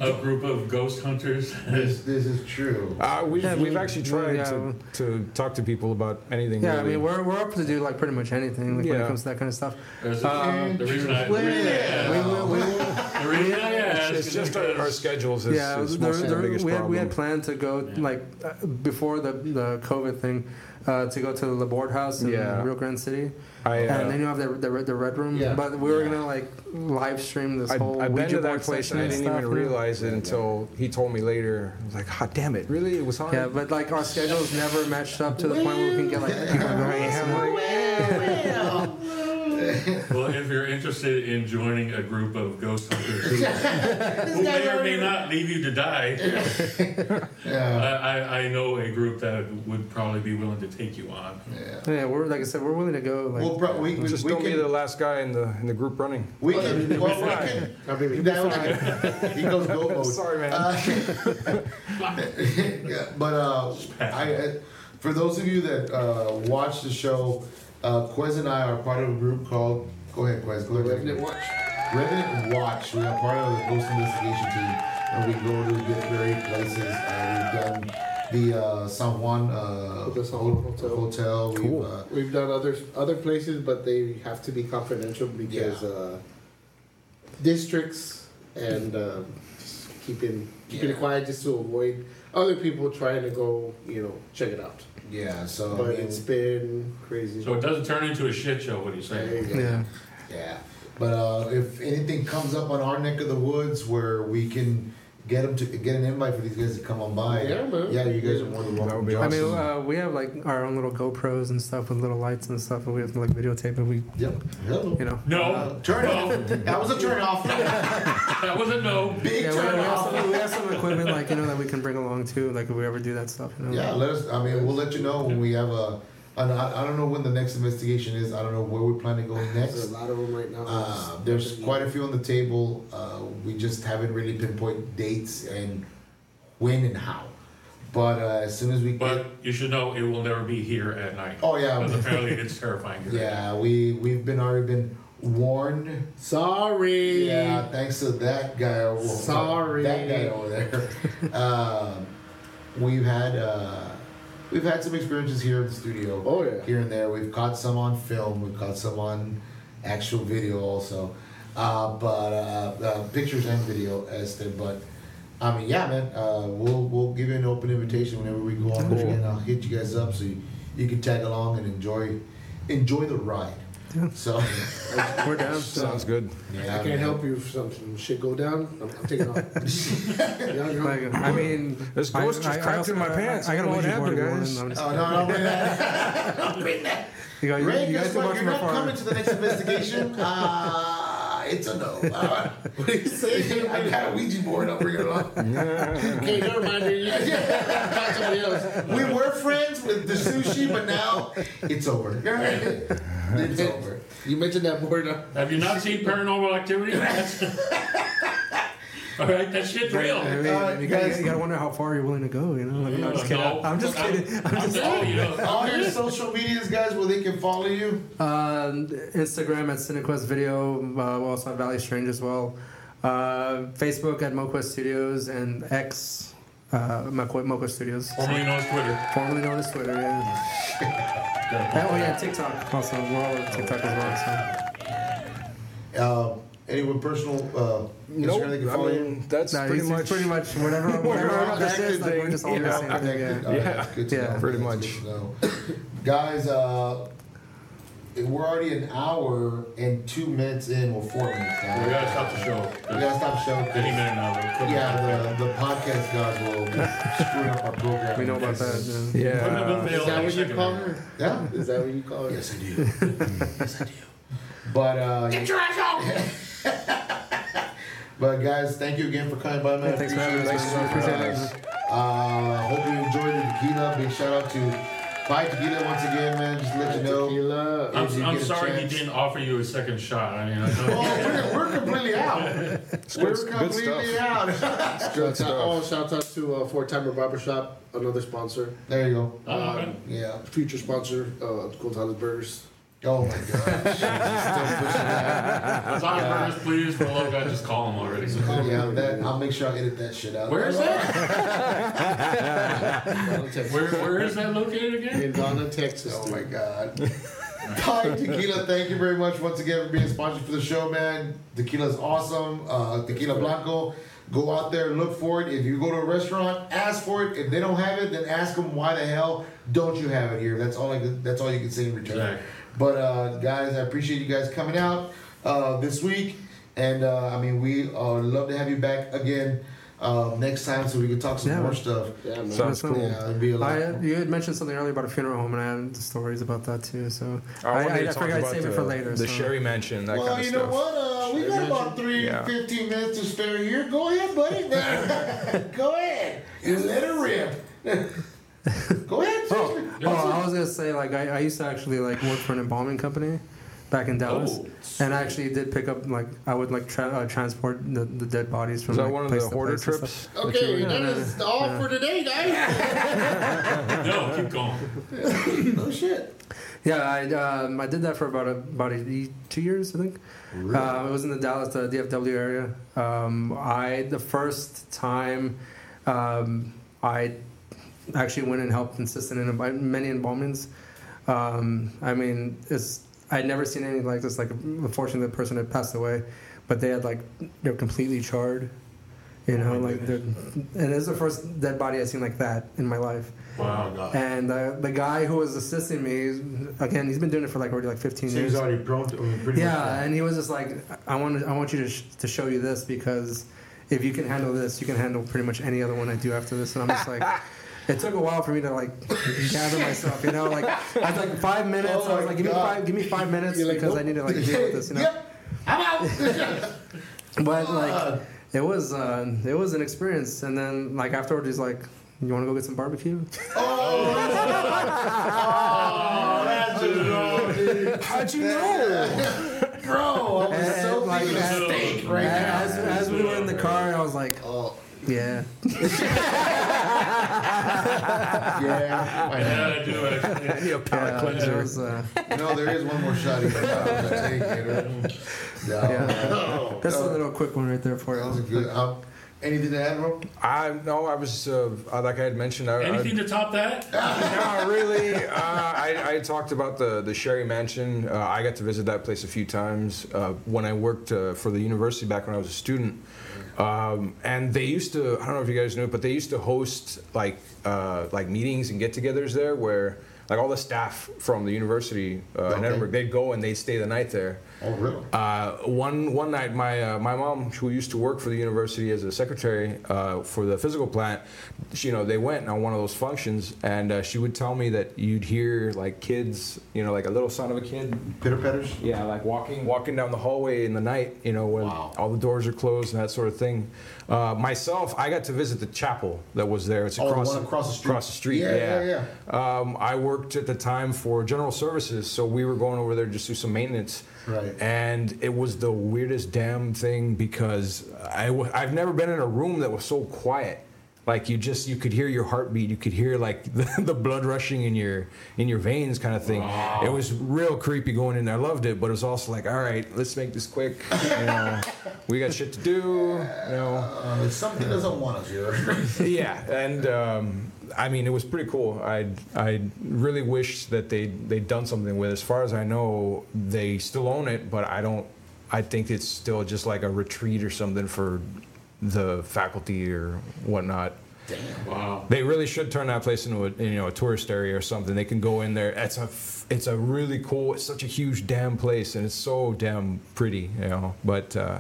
a group of ghost hunters? This, this is true. Uh, we've, Yeah, we've we- actually tried yeah, to, well- to talk to people about anything. Yeah, I really. mean we're, we're up to do like pretty much anything like, when Yeah. it comes to that kind of stuff. There's a- Um, The reason I, the Well, reason I yeah, we ask- will- we will- the reason I ask it's is just our, our because- schedules is, yeah, is there- mostly there- the biggest we had, problem. we had planned to go Yeah. like uh, before the the COVID thing uh, to go to the Laborde House in Yeah. Rio Grande City, I, uh, and then you have the the, red- the Red Room. Yeah. But we were gonna like live stream this I, whole I've been Ouija to that board place session and I didn't and stuff, even you know? realize it until he told me later. I was like, hot damn it, really? It was on? Yeah, but like our schedules never matched up to the point where we can get like people going. I'm like, Well, if you're interested in joining a group of ghost hunters who, who may or may not leave you to die, I, Yeah. I, I know a group that would probably be willing to take you on. yeah. Yeah, we're like I said, we're willing to go. Like, Well, bro, we, we, just we don't can, be the last guy in the in the group running. we can, well, we can, I mean, that was good. He goes go mode. Sorry, man. Yeah, but uh, I, I, for those of you that uh, watch the show, uh, Quez and I are part of a group called. Go ahead, Quez. Go ahead. Revenant Watch. Revenant Watch. We are part of the Ghost Investigation Team, and we go to different various places. Uh, we've done the uh, San Juan uh, The San Juan Hotel. Hotel. We've, Cool. uh, We've done other other places, but they have to be confidential because Yeah. uh, districts and uh, just keeping keeping Yeah. it quiet just to avoid other people trying to go, you know, check it out. Oh, yeah, so But I mean, it's been crazy. So it doesn't turn into a shit show, what do you There say? you go. yeah, Yeah, but uh, if anything comes up on our neck of the woods where we can get them to get an invite for these guys to come on by, Yeah, man. yeah, you guys are more than welcome. That would be to I join mean, us. uh, we have like our own little GoPros and stuff with little lights and stuff, and we have to like videotape it. We, yep. Hello. you know. No, Uh, Turn off. no, That was a turn off. that was a no. Big Yeah, we, turn we, have off. some, we have some equipment like you know that we can bring along too, like if we ever do that stuff. You know? Yeah, let us. I mean, we'll let you know when we have a. I don't- I don't know when the next investigation is. I don't know where we plan to go There's next. a lot of them right now. Uh, there's quite a few on the table. Uh, we just haven't really pinpoint dates and when and how. But uh, as soon as we But you should know it will never be here at night. oh yeah, Because apparently it's terrifying. here. Yeah, we we've been already been warned. Sorry. Yeah, thanks to that guy. Over, Sorry. that guy over there. um, we've had uh, we've had some experiences here in the studio. Oh, yeah. Here and there, we've caught some on film. We've caught some on actual video also, uh, but uh, uh, pictures and video as they. But I mean, yeah, man. Uh, we'll we'll give you an open invitation whenever we go on there, and I'll hit you guys up so you, you can tag along and enjoy enjoy the ride. So we're down. Sounds good. yeah, I man. can't help you if some, some shit go down. I'm, I'm taking off. Y'all go. Like, I mean, This I- ghost just I- I crapped also- in my I- pants. I, I got don't a know what Ouija happened, board. going, guys. I'm just- Oh no, no, we're not. You guys, Ray, you guys guess can what? watch You're from not afar. coming to the next investigation. Uh, it's a no. Uh, what do you say? I got a Ouija board over here. along. Okay, never mind. dude. You can talk to somebody else. We were friends with the sushi, but now it's over. It's over. You mentioned that board. uh, Have you not seen paranormal activity? That's- All right, that shit's real. I mean, Uh, you, gotta, guys- you gotta wonder how far you're willing to go, you know? Like, I'm just kidding. No, I'm just kidding. I'm just telling you. All your social medias, guys, where they can follow you. Uh, Instagram at CineQuest Video. Uh, we also have Valley Strange as well. Uh, Facebook at MoQuest Studios and X. uh, Moco, Moco Studios, Oh, Formerly known as Twitter. formerly known as Twitter. Yeah. Gotta pump And- oh that yeah, up. TikTok also. We're all on TikTok as well. So. Uh, anyone personal uh, Instagram Nope, they can I follow you? mean, that's Nah, pretty it's- it's much. pretty much whatever. whatever all that is, like, we're connected, just all you the know, same thing. Yeah. All right, Yeah. good to Yeah. know. Pretty That's much. good to know. Guys, uh, we're already an hour and two minutes in, or four minutes now. We gotta stop the show. We gotta stop the show. 'cause- Any minute now. we're- Yeah, the, the podcast guys will screw up our program. We know about that. Yeah. Couldn't have Uh, been Yeah. Bill Is that what any you second call now. her? Yeah. Is that what you call her? Yes, I do. yes, I do. But uh, get your ass out. but guys, thank you again for coming by, man. Yeah, thanks for having us, Appreciate man. it. Appreciate Thanks it. so much. Uh, hope you enjoyed the tequila. Big shout out to Buy Tequila once again, man. Just to let you know. Tequila. I'm, If you I'm get a sorry he chance. didn't offer you a second shot. I mean, I know. Oh, we're, we're completely out. we're good completely out. Good Shout out- stuff. Oh, shout out to uh, Four Timer Barbershop, another sponsor, there you go. Um, Oh, okay. Yeah. future sponsor uh, of Cool Tyler's Burgers. Oh my gosh. Still pushing that. Sorry, Curtis, please, for the love of God, just call him already. Yeah, that, I'll make sure I edit that shit out. Where is that? Donna, Texas. Where, where is that located again? In Donna, Texas. Oh dude. my God. Pine Tequila, thank you very much once again for being sponsored for the show, man. Tequila is awesome. Uh, tequila Blanco. Go out there, look for it. If you go to a restaurant, ask for it. If they don't have it, then ask them why the hell don't you have it here. That's all. I, can- that's all you can say in return. Exactly. But uh, guys, I appreciate you guys coming out uh, this week, and uh, I mean we uh, love to have you back again uh, next time so we can talk some Yeah. more stuff. Yeah, man. Sounds That's cool. cool. Yeah, it'd be a lot. I, had- you had mentioned something earlier about a funeral home, and I had stories about that too. So Oh, I, I, I, wanted I, to talk figured I'd about save the, it for later. the so. Sherry Mansion, that Well, kind of you know stuff. what? Uh, we got about three, Yeah. 15 minutes to spare here. Go ahead, buddy. Go ahead. You let it rip. Go ahead. Oh, sister. oh, I was gonna say like I, I used to actually like work for an embalming company back in Dallas, Oh, and I actually did pick up like I would like tra- uh, transport the, the dead bodies from Is that like, one of place the to hoarder place and trips? stuff. Okay, that is all for today, guys. No, keep going. No shit. Yeah, I um, I did that for about a, about a, e- two years I think. Uh, it was in the Dallas uh, DFW area. Um, I the first time um, I actually went and helped assistant in emb- many embalmings. Um, I mean, it's I'd never seen anything like this. Like, unfortunately, the person had passed away, but they had like they're completely charred. You know, like they're, and it's the first dead body I've seen like that in my life. Wow. And uh, the guy who was assisting me, he's- again, he's been doing it for like already like 15 So years. he's already prone to, I mean, pretty much. Yeah, and he was just like, I want I want you to, sh- to show you this because if you can handle this, you can handle pretty much any other one I do after this. And I'm just like, it took a while for me to like gather myself, you know, like I was like five minutes. Oh I was my like, give me God. five, give me five minutes You're like, because I nope. need to like deal with this, you know. Yep. I'm out. But like, it was uh, it was an experience. And then like afterwards, he's like, you want to go get some barbecue? oh, that's just wrong, dude. How'd you know? Bro, I was And, so like, thinking of as- steak right now. As, as we were in the car, I was like, Oh, yeah. yeah. I know. Yeah, I do actually. Need a palate Uh, cleanser. it was, uh, No, there is one more shot he can have. I'll take it. No, that's a little quick one right there for that was a you. good. Uh, anything to add, bro? I no, I was uh, like I had mentioned. I, I, Anything to top that? no, really. Uh, I, I talked about the, the Sherry Mansion. Uh, I got to visit that place a few times uh, when I worked uh, for the university back when I was a student. Um, and they used to, I don't know if you guys knew it, but they used to host like uh, like meetings and get-togethers there where like all the staff from the university uh, in Okay. Edinburgh, they'd go and they'd stay the night there. Oh, really? Uh, one one night, my uh, my mom, who used to work for the university as a secretary uh, for the physical plant, she, you know, they went on one of those functions, and uh, she would tell me that you'd hear like kids, you know, like a little son of a kid, Pitter patters? yeah, like walking walking down the hallway in the night, you know, when Wow. all the doors are closed and that sort of thing. Uh, myself, I got to visit the chapel that was there. It's Oh, the across one across the street. Across the street. Yeah, Yeah, yeah, Um, I worked at the time for General Services, so we were going over there just to do some maintenance. Right. And it was the weirdest damn thing because I w- I've never been in a room that was so quiet. like you just you could hear your heartbeat you could hear like the, the blood rushing in your in your veins kind of thing it was real creepy going in there i loved it but it was also like all right let's make this quick you know we got shit to do you know Uh, something doesn't want us here. yeah and um I mean, it was pretty cool. I I really wish that they they'd done something with. it. As far as I know, they still own it, but I don't. I think it's still just like a retreat or something for the faculty or whatnot. Wow. They really should turn that place into a you know a tourist area or something. They can go in there. It's a f- it's a really cool. It's such a huge damn place, and it's so damn pretty. You know, but uh,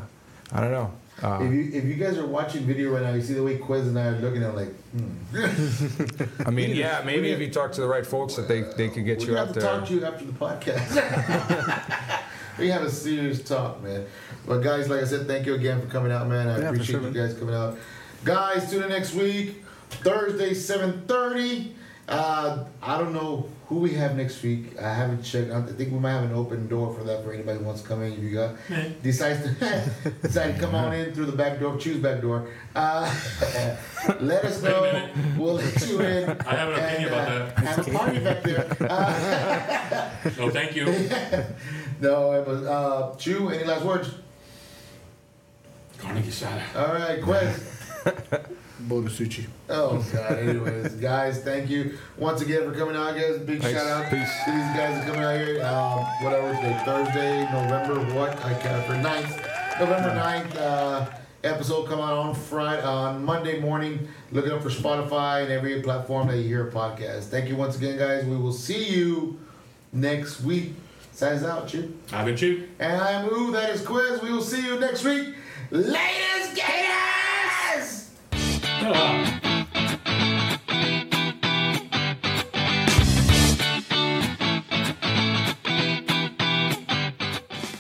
I don't know. Uh, If you if you guys are watching video right now, you see the way Quez and I are looking at it like, hmm. I mean, yeah, maybe if you talk to the right folks, that they they could get We're you gonna out have to there. talk to you after the podcast. we have a serious talk, man. But guys, like I said, thank you again for coming out, man. I Yeah, for appreciate sure, you guys coming out. Guys, tune in next week, Thursday, 7:30. Uh, I don't know who we have next week. I haven't checked. I think we might have an open door for that for anybody who wants to come in. If you got decides to decide to come on in through the back door, choose back door. Uh, let us know. We'll let you in. uh, I have an opinion about that. Have a party back there. Uh, No, thank you. no, it was uh, Chew. Any last words? Carnegie Sada. All right, Quest. Bodosuchi. Oh God. Anyways, guys, thank you once again for coming out, guys. Big Thanks. shout out Peace. to these guys that coming out here. Um, whatever day, Thursday, November what? I can't for 9th, November Mm. 9th, uh, episode coming out on Friday on Monday morning. Look it up for Spotify and every platform that you hear a podcast. Thank you once again, guys. We will see you next week. Signs out, Chew. Haven't you? And I'm Ooh, that is Quiz. We will see you next week. Latest Gators! Ah.